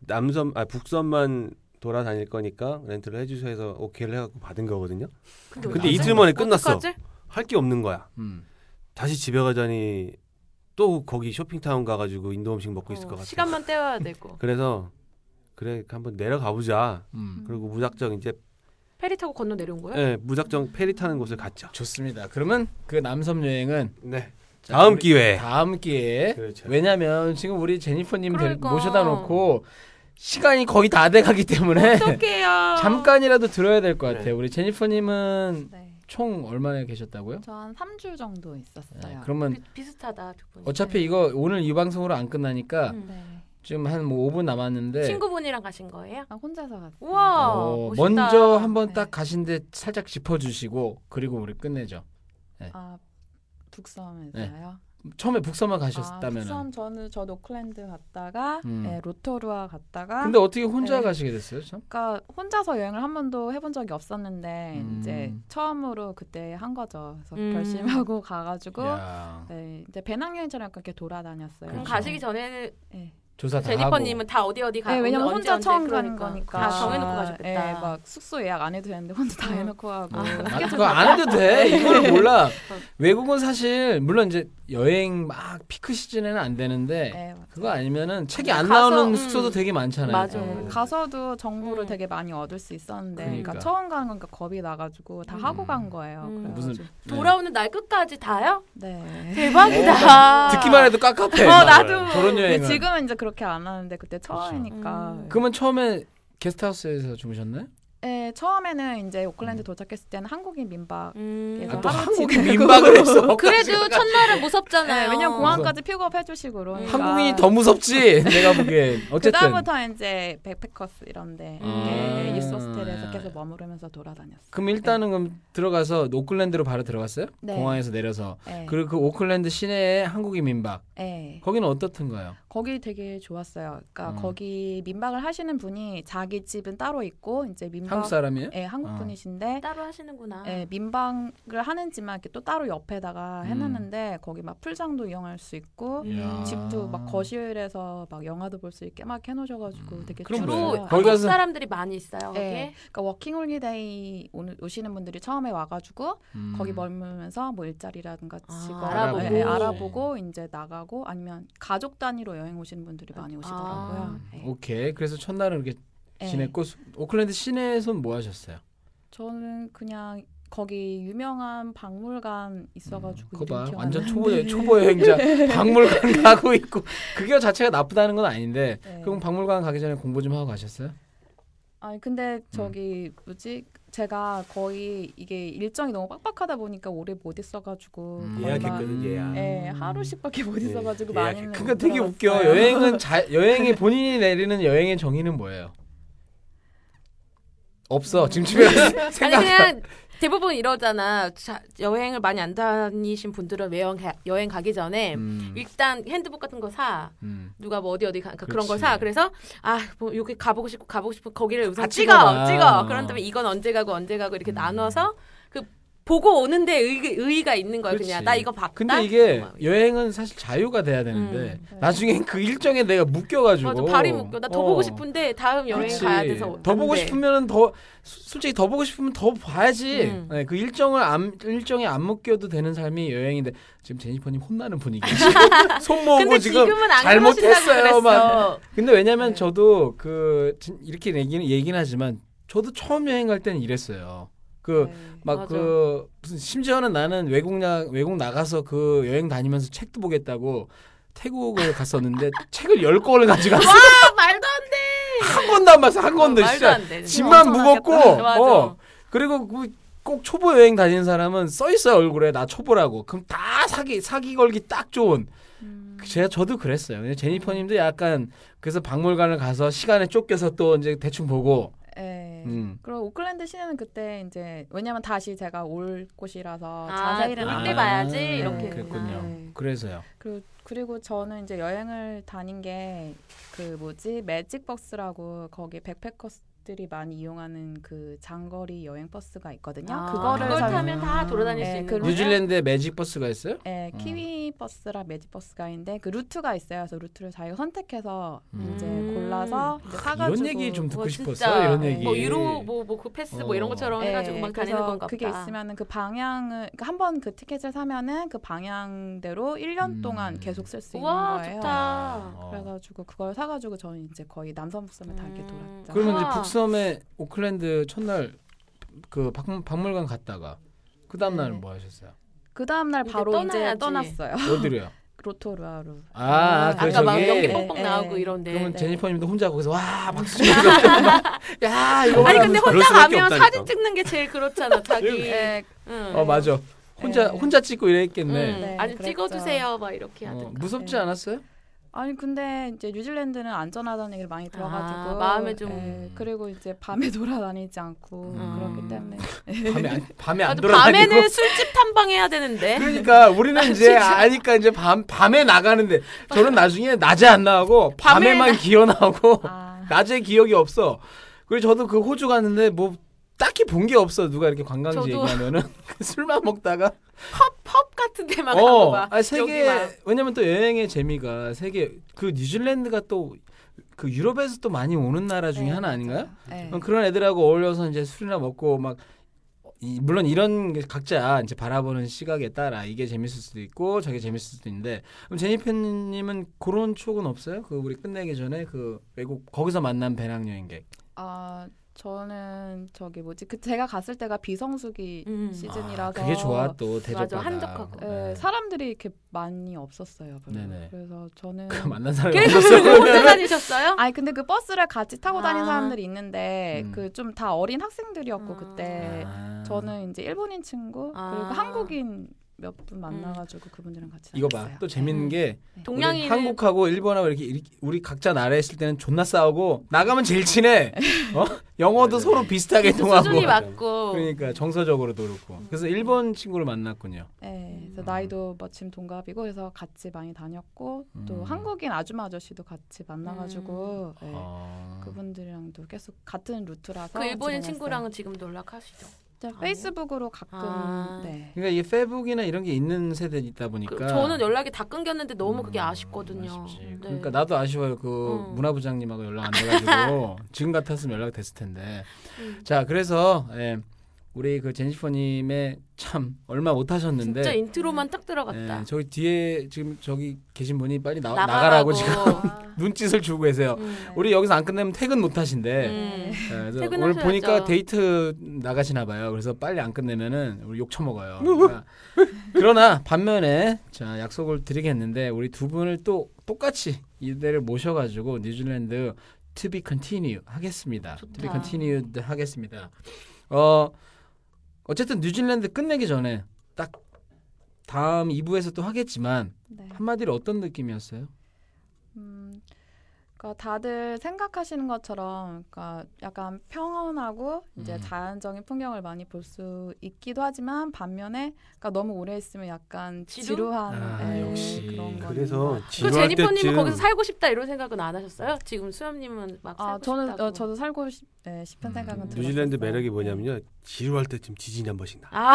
S2: 남섬 아 북섬만 돌아다닐 거니까 렌트를 해주셔서 해서 오케이를 해갖고 받은 거거든요.
S4: 근데,
S2: 근데
S4: 어떡하지?
S2: 이틀 만에 끝났어.
S4: 어떡하지?
S2: 할 게 없는 거야.
S1: 음.
S2: 다시 집에 가자니 또 거기 쇼핑타운 가가지고 인도 음식 먹고 있을
S4: 어,
S2: 것 같아.
S4: 시간만 때워야 되고
S2: 그래서 그래 한번 내려가 보자.
S1: 음.
S2: 그리고 무작정 이제
S4: 페리 타고 건너 내려온 거야?
S2: 예, 무작정 페리 타는 곳을 갔죠.
S1: 좋습니다. 그러면 그 남섬 여행은
S2: 네.
S1: 자,
S2: 다음
S1: 우리
S2: 기회에.
S1: 다음 기회에
S2: 그렇죠.
S1: 왜냐면 지금 우리 제니퍼님 데-
S4: 그러니까.
S1: 모셔다 놓고 시간이 거의 다 돼가기 때문에
S4: 어떡해요.
S1: 네. 잠깐이라도 들어야 될 것 같아요.
S2: 네.
S1: 우리 제니퍼님은
S5: 네.
S1: 총 얼마나 계셨다고요?
S5: 저 한 3주 정도
S1: 네,
S5: 있었어요.
S1: 그러면
S4: 비, 비슷하다 두 네. 분.
S1: 어차피 이거 오늘 이 방송으로 안 끝나니까
S4: 음.
S5: 네.
S1: 지금 한 뭐 5분 남았는데
S4: 친구분이랑 가신 거예요?
S5: 아, 혼자서 갔어요.
S4: 우와.
S1: 어,
S4: 멋있다.
S1: 먼저 한번
S5: 네.
S1: 딱 가신데 살짝 짚어주시고 그리고 우리 끝내죠.
S5: 아, 북섬에서요.
S1: 처음에 북섬만
S5: 아,
S1: 네. 가셨다면 은
S5: 북섬 저는 저 노클랜드 갔다가
S1: 음.
S5: 네, 로토루아 갔다가
S1: 근데 어떻게 혼자
S5: 네.
S1: 가시게 됐어요? 참?
S5: 그러니까 혼자서 여행을 한 번도 해본 적이 없었는데
S1: 음.
S5: 이제 처음으로 그때 한 거죠. 그래서
S4: 음.
S5: 결심하고 가가지고
S1: 야,
S5: 네, 이제 배낭여행처럼 약간 이렇게 돌아다녔어요.
S4: 그럼
S1: 그렇죠.
S4: 가시기 전에는
S5: 네.
S1: 조사 다 하고.
S4: 제니퍼님은 다 어디 어디 가.
S5: 네, 왜냐면
S4: 오늘
S5: 혼자
S4: 언제,
S5: 처음
S4: 언제
S5: 가는
S4: 그러니까.
S5: 거니까
S4: 다 정해놓고
S1: 아.
S4: 가셨겠다.
S5: 네, 막 숙소 예약 안 해도 되는데 혼자 다
S4: 어.
S5: 해놓고 하고.
S4: 아. 네. 어.
S1: 아, 그거 안 해도 돼. 이거를 몰라. 외국은 사실 물론 이제 여행 막 피크 시즌에는 안 되는데
S5: 네, 맞아요.
S1: 그거 아니면은 책이 안
S4: 가서,
S1: 나오는
S4: 음.
S1: 숙소도 되게 많잖아요.
S4: 맞아.
S1: 어.
S5: 네, 가서도 정보를
S4: 음.
S5: 되게 많이 얻을 수 있었는데,
S1: 그러니까.
S5: 그러니까, 처음 가는 거니까 겁이 나가지고 다
S4: 음.
S5: 하고 간 거예요.
S4: 음.
S5: 그래가지고.
S1: 무슨
S4: 돌아오는 날 끝까지 다요?
S5: 네.
S4: 대박이다.
S1: 네. 듣기만 해도 깝깝해.
S4: 어 나도.
S1: 저런
S5: 근데
S1: 여행은.
S5: 지금은 이제 그렇게 안 하는데 그때 처음이니까.
S4: 음.
S1: 그렇죠. 그러면 처음에 게스트하우스에서 주무셨나요?
S5: 네, 처음에는 이제 오클랜드 도착했을 때는 한국인 민박.
S4: 음.
S1: 아,
S5: 그래서
S1: 또
S5: 하루
S1: 한국이
S5: 지내고.
S1: 민박을
S5: 아,
S1: 했어.
S4: 그래도 첫날은
S5: 네,
S4: 무섭잖아요.
S5: 왜냐면 공항까지 픽업 해주시고 그러니까.
S1: 한국인이 더 무섭지. 내가 보기엔. 어쨌든
S5: 그다음부터 이제 백패커스 이런데
S1: 음.
S5: 이소스텔에서 계속 머무르면서 돌아다녔어요.
S1: 그럼 일단은 그럼 들어가서 오클랜드로 바로 들어갔어요?
S5: 네.
S1: 공항에서 내려서.
S5: 네.
S1: 그리고 그 오클랜드 시내에 한국인 민박.
S5: 네.
S1: 거기는 어떻던가요?
S5: 거기 되게 좋았어요. 그러니까
S1: 음.
S5: 거기 민박을 하시는 분이 자기 집은 따로 있고 이제 민박
S1: 한국 사람이에요?
S5: 예, 한국
S1: 아.
S5: 분이신데
S4: 따로 하시는구나.
S5: 예, 민박을 하는지만 이렇게 또 따로
S1: 음.
S5: 옆에다가 해놨는데 거기 막 풀장도 이용할 수 있고
S1: 이야.
S5: 음, 집도 막 거실에서 막 영화도 볼 수 있게 막 해놓으셔가지고 되게
S1: 음. 그럼
S5: 주로
S1: 뭐예요?
S4: 주로
S5: 아,
S1: 거기
S4: 한국
S1: 가서-
S4: 사람들이 많이 있어요.
S5: 네.
S4: 거기에
S5: 그러니까 워킹홀리데이 오는- 오시는 분들이 처음에 와가지고
S1: 음.
S5: 거기 머물면서 뭐 일자리라든가
S4: 아,
S5: 직업
S4: 알아보고.
S5: 예, 예, 알아보고 이제 나가고 아니면 가족 단위로 여행 오시는 분들이 많이 오시더라고요.
S1: 음,
S5: 예.
S1: 오케이. 그래서 첫날은 이렇게
S5: 예.
S1: 지냈고 수- 오클랜드 시내에선 뭐 하셨어요?
S5: 저는 그냥 거기 유명한 박물관 있어가지고
S1: 음, 그거 봐.
S5: 이름
S1: 완전
S5: 기억 안
S1: 초보
S5: 나는데.
S1: 초보 여행자 박물관 가고 있고 그게 자체가 나쁘다는 건 아닌데
S5: 네.
S1: 그럼 박물관 가기 전에 공부 좀 하고 가셨어요?
S5: 아니
S1: 음.
S5: 근데 저기 뭐지 제가 거의 이게 일정이 너무 빡빡하다 보니까 오래 못 있어가지고
S1: 음.
S5: 거의 막,
S2: 예약했거든 예약.
S4: 네. 아,
S5: 예 하루씩밖에 못
S2: 예,
S5: 있어가지고
S2: 예약.
S5: 많이는
S1: 그러니까
S5: 못
S1: 되게 음. 웃겨.
S5: 들어갔어요.
S1: 여행은 자, 여행이 본인이 내리는 여행의 정의는 뭐예요?
S4: 음.
S1: 없어. 지금 집에
S4: 아니
S1: 생각.
S4: 그냥 대부분 이러잖아. 자, 여행을 많이 안 다니신 분들은 여행 가, 여행 가기 전에
S1: 음,
S4: 일단 핸드북 같은 거 사.
S1: 음.
S4: 누가 뭐 어디 어디 가, 그러니까 그런
S1: 그렇지.
S4: 걸 사. 그래서 아, 뭐 여기 가보고 싶고 가보고 싶고 거기를 우선
S1: 다
S4: 찍어
S1: 찍어봐. 아. 음.
S4: 찍어. 그런 다음에 이건 언제 가고 언제 가고 이렇게 나눠서 그 보고 오는데 의, 의의가 있는 거야.
S1: 그렇지.
S4: 그냥 나 이거 봤다. 뭐
S1: 근데 이게
S4: 막.
S1: 여행은 사실 자유가 돼야 되는데
S5: 음.
S1: 나중엔 그 일정에 내가 묶여가지고
S4: 네. 맞아 발이 묶여. 나 더
S1: 어.
S4: 보고 싶은데 다음 여행
S1: 그렇지.
S4: 가야 돼서
S1: 더
S4: 안
S1: 보고
S4: 돼.
S1: 싶으면은 더 수- 솔직히 더 보고 싶으면 더 봐야지.
S4: 음.
S1: 네, 그 일정을 안 일정에 안 묶여도 되는 삶이 여행인데 지금 제니퍼님 혼나는 분위기. 손 모으고
S4: 근데
S1: 지금.
S4: 지금은 안
S1: 잘못했어요,
S4: 그러신다고 그랬어.
S1: 근데 왜냐면
S5: 네.
S1: 저도 그 진- 이렇게 얘기는 얘기는 하지만 저도 처음 여행 갈 때는 이랬어요. 그
S5: 네.
S1: 막 그 무슨 심지어는 나는 외국 나 외국 나가서 그 여행 다니면서 책도 보겠다고 태국을 갔었는데 책을 열 권을 가져갔어
S4: 아, 말도 안 돼.
S1: 한 권도 안 봤어 한 권도
S4: 어, 말도
S1: 진짜
S4: 안 돼.
S1: 집만
S5: 엄청나겠다.
S1: 무겁고
S4: 맞아.
S1: 어 그리고 그꼭 초보 여행 다니는 사람은 써 있어요 얼굴에 나 초보라고 그럼 다 사기 사기 걸기 딱 좋은 그
S5: 음.
S1: 제가 저도 그랬어요 근데 제니퍼님도 약간 그래서 박물관을 가서 시간에 쫓겨서 또 이제 대충 보고
S5: 예.
S1: 음.
S5: 그리고 오클랜드 시내는 그때 이제 왜냐면 다시 제가 올 곳이라서
S4: 아,
S5: 자세히는
S4: 그럴
S5: 안
S4: 때
S5: 봤-
S4: 봐요. 봐야지,
S5: 이렇게.
S1: 그랬군요
S5: 네.
S1: 그래서요
S5: 그리고 그리고 저는 이제 여행을 다닌 게 그 뭐지 매직 버스라고 거기 백패커들이 많이 이용하는 그 장거리 여행 버스가 있거든요.
S4: 아,
S5: 그거를
S4: 그걸
S5: 사-
S4: 타면 다 돌아다닐
S5: 네,
S4: 수 있는
S5: 그
S4: 거예요?
S1: 뉴질랜드에 매직 버스가 있어요?
S5: 예, 키위 버스랑 매직 버스가 있는데 그 루트가 있어요. 그래서 루트를 자기가 선택해서
S1: 음.
S5: 이제
S4: 음.
S5: 골라서 이제 사가지고
S1: 이런 얘기 좀 듣고
S4: 와,
S1: 싶었어
S4: 뭐 진짜.
S1: 이런 얘기 어.
S4: 뭐 유로 뭐뭐그 패스 뭐 이런 것처럼
S5: 예,
S4: 해가지고 막 다니는
S5: 그래서
S4: 건가
S5: 그게
S4: 보다.
S5: 있으면은 그 방향을 그러니까 한번 그 티켓을 사면은 그 방향대로 1년
S1: 음.
S5: 동안 계속 쓸 수 있는
S4: 우와
S5: 거예요.
S4: 좋다.
S1: 어.
S5: 그래가지고 그걸 사가지고 저는 이제 거의 남서북섬을 다 이렇게
S4: 음.
S5: 돌았죠.
S1: 그러면
S4: 아.
S1: 이제 북섬에 오클랜드 첫날 그 박, 박물관 갔다가 그 다음 날은
S5: 네.
S1: 뭐 하셨어요?
S5: 그 다음 날
S4: 이제
S5: 바로 이제
S4: 떠나야지.
S5: 떠났어요.
S1: 어디로요?
S5: 로토루아루.
S1: 아, 아, 그
S4: 아까 막
S1: 저기
S4: 연기 음.
S5: 뽕-
S4: 뻑뻑
S5: 예,
S4: 나오고
S5: 예.
S4: 이런데.
S1: 그러면
S5: 네.
S1: 제니퍼님도 혼자 거기서 와 박수 치면서 야 이거
S4: 아니
S1: 뭐야.
S4: 근데
S2: 그럴
S4: 혼자
S2: 수밖에
S4: 가면
S2: 없다니까.
S4: 사진 찍는 게 제일 그렇잖아 자기.
S5: 네,
S4: 응.
S1: 그러니까. 어 맞아 혼자
S5: 네.
S1: 혼자 찍고
S4: 응.
S1: 이랬겠네
S5: 네,
S4: 아니
S5: 그랬죠.
S4: 찍어주세요 막 음, 이렇게
S1: 어,
S4: 하든가.
S1: 무섭지
S5: 네.
S1: 않았어요?
S5: 아니 근데 이제 뉴질랜드는 안전하다는 얘기를 많이 들어가지고
S4: 아, 마음에 좀-
S5: 예, 그리고 이제 밤에 돌아다니지 않고
S1: 음.
S5: 그렇기 때문에
S1: 밤에 안, 밤에 안
S4: 나도
S1: 돌아다니고
S4: 밤에는 술집 탐방해야 되는데.
S1: 그러니까 우리는 이제 아니까 이제 밤 밤에 나가는데 저는 나중에 낮에 안 나오고
S4: 밤에
S1: 밤에만 기어 나오고
S5: 아,
S1: 낮에 기억이 없어. 그리고 저도 그 호주 갔는데 뭐 딱히 본 게 없어. 누가 이렇게 관광지
S4: 저도.
S1: 얘기하면은 그 술만 먹다가
S4: 펍 같은 데만 가고
S1: 그 어,
S4: 막.
S1: 아 세계
S4: 여기 막.
S1: 왜냐면 또 여행의 재미가 세계 그 뉴질랜드가 또 그 유럽에서 또 많이 오는 나라 중에
S5: 네,
S1: 하나 아닌가요?
S5: 맞아요. 네.
S1: 어, 그런 애들하고 어울려서 이제 술이나 먹고 막 이- 물론 이런 게 각자 이제 바라보는 시각에 따라 이게 재밌을 수도 있고 저게 재밌을 수도 있는데 그럼 제니페님은 그런 추억은 없어요? 그 우리 끝내기 전에 그 외국 거기서 만난 배낭여행객
S5: 아 저는 저기 뭐지 그 제가 갔을 때가 비성수기
S4: 음.
S5: 시즌이라서
S1: 아, 그게 좋아 또 대접받아 어, 네.
S4: 한적하고.
S5: 예, 사람들이 이렇게 많이 없었어요. 별로.
S1: 네네.
S5: 그래서 저는
S1: 그 만난 사람이
S4: 그래서
S1: 없었어
S4: 혼자
S1: 그러면
S4: 다니셨어요?
S5: 아니 근데 그 버스를 같이 타고 다닌
S4: 아.
S5: 사람들이 있는데
S1: 음.
S5: 그 좀 다 어린 학생들이었고
S4: 아.
S5: 그때 저는 이제 일본인 친구
S4: 아. 음.
S5: 그리고 한국인 몇 분 만나가지고 그분들이랑 같이
S1: 이거 봐.
S5: 나갔어요.
S1: 또 재밌는 게 우리
S4: 동양인
S1: 한국하고 일본하고 이렇게 일- 우리 각자 나라에 있을 때는 존나 싸우고 나가면 제일 친해. 어? 영어도
S2: 네.
S1: 서로 비슷하게 통하고.
S4: 그 수준이 맞고
S1: 그러니까 정서적으로도 그렇고.
S4: 음.
S1: 그래서 일본 친구를 만났군요.
S5: 네. 네,
S1: 음.
S5: 그래서 나이도 마침 동갑이고 그래서 같이 많이 다녔고
S1: 음.
S5: 또 한국인 아줌마 아저씨도 같이 만나가지고
S4: 음.
S5: 네.
S1: 아.
S5: 그분들이랑도 계속 같은 루트라서
S4: 그 일본인
S5: 지내봤어요.
S4: 친구랑은 지금도 연락하시죠?
S5: 진짜 페이스북으로 가끔
S4: 아.
S5: 네.
S1: 그러니까 이 페북이나 이런 게 있는 세대이다 보니까.
S4: 그, 저는 연락이 다 끊겼는데 너무
S1: 그러니까. 음,
S4: 그게 아쉽거든요.
S1: 아쉽지.
S4: 네.
S1: 그러니까 나도 아쉬워요. 그
S4: 음.
S1: 문화부장님하고 연락 안 돼가지고 지금 같았으면 연락 됐을 텐데.
S4: 음.
S1: 자 그래서 예, 우리 그 제니퍼님의 참 얼마 못하셨는데.
S4: 진짜 인트로만 딱 들어갔다.
S1: 예, 저기 뒤에 지금 저기 계신 분이 빨리 나,
S4: 나가라고.
S1: 가라고 지금
S4: 어.
S5: 아,
S1: 눈짓을 주고 계세요.
S4: 음.
S1: 우리 여기서 안 끝내면 퇴근 못 하신대.
S4: 음.
S1: 예, 그래서
S4: 퇴근하셔야죠.
S1: 오늘 보니까 데이트 나가시나 봐요. 그래서 빨리 안 끝내면은 우리 욕 처먹어요. 그러니까 그러나 반면에 자 약속을 드리겠는데 우리 두 분을 또 똑같이 이대를 모셔가지고 뉴질랜드 to be continue 하겠습니다.
S4: 좋다.
S1: to be continued 하겠습니다. 어 어쨌든 뉴질랜드 끝내기 전에 딱 다음 2부에서 또 하겠지만
S5: 네.
S1: 한마디로 어떤 느낌이었어요?
S5: 음, 그러니까 다들 생각하시는 것처럼, 그러니까 약간 평온하고 이제
S1: 음.
S5: 자연적인 풍경을 많이 볼 수 있기도 하지만 반면에, 그러니까 너무 오래 있으면 약간
S4: 지루?
S5: 지루? 한
S1: 아,
S5: 예,
S1: 역시.
S5: 그런 거.
S2: 그래서
S4: 그
S2: 지루할
S4: 제니퍼님은
S2: 때쯤
S4: 거기서 살고 싶다 이런 생각은 안 하셨어요? 지금 수염님은 막 살고
S5: 아, 저는
S4: 싶다고.
S5: 어, 저도 살고 싶, 예, 싶은
S1: 음.
S5: 생각은 들어요. 네.
S2: 뉴질랜드 매력이 뭐냐면요. 지루할 때쯤 지진이 한 번씩 나.
S4: 아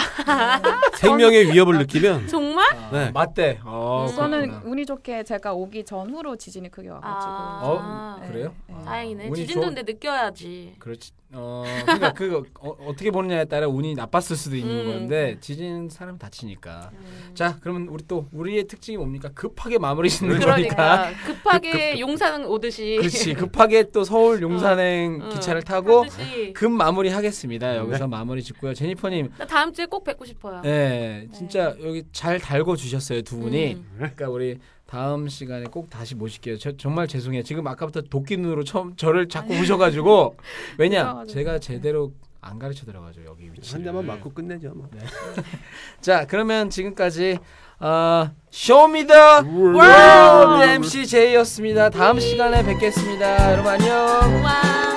S2: 생명의 위협을 느끼면
S4: 정말?
S2: 네.
S1: 맞대. 어,
S5: 저는
S1: 그렇구나.
S5: 운이 좋게 제가 오기 전후로 지진이 크게 와가지고.
S4: 아,
S1: 어, 그래요?
S5: 예, 예.
S4: 다행이네.
S1: 운이
S4: 지진도
S1: 좋-
S4: 근데 느껴야지.
S1: 그렇지. 어, 그러니까 그거 어, 떻게 보느냐에 따라 운이 나빴을 수도 있는
S4: 음.
S1: 건데 지진 사람 다치니까.
S4: 음.
S1: 자, 그러면 우리 또 우리의 특징이 뭡니까? 급하게 마무리 짓는 거니까.
S4: 그러니까 급하게 용산 오듯이
S1: 그렇지. 급하게 또 서울 용산행
S4: 어.
S1: 기차를 타고
S4: 하듯이.
S1: 급 마무리 하겠습니다. 여기서 마무리 짓고요. 제니퍼님,
S4: 나 다음 주에 꼭 뵙고 싶어요.
S1: 네, 진짜 여기 잘 달궈 주셨어요 두 분이.
S4: 음.
S1: 그러니까 우리 다음 시간에 꼭 다시 모실게요. 저, 정말 죄송해요. 지금 아까부터 도끼 눈으로 처음 저를 자꾸 보셔가지고 왜냐
S5: 무서워가지고.
S1: 제가 제대로 안 가르쳐 들어가지고 여기
S2: 한
S1: 위치를.
S2: 잔만 맞고 끝내죠. 뭐.
S1: 자 그러면 지금까지 어, 쇼미더 월드 MC 제이였습니다. 다음 시간에 뵙겠습니다. 여러분 안녕.
S4: 와.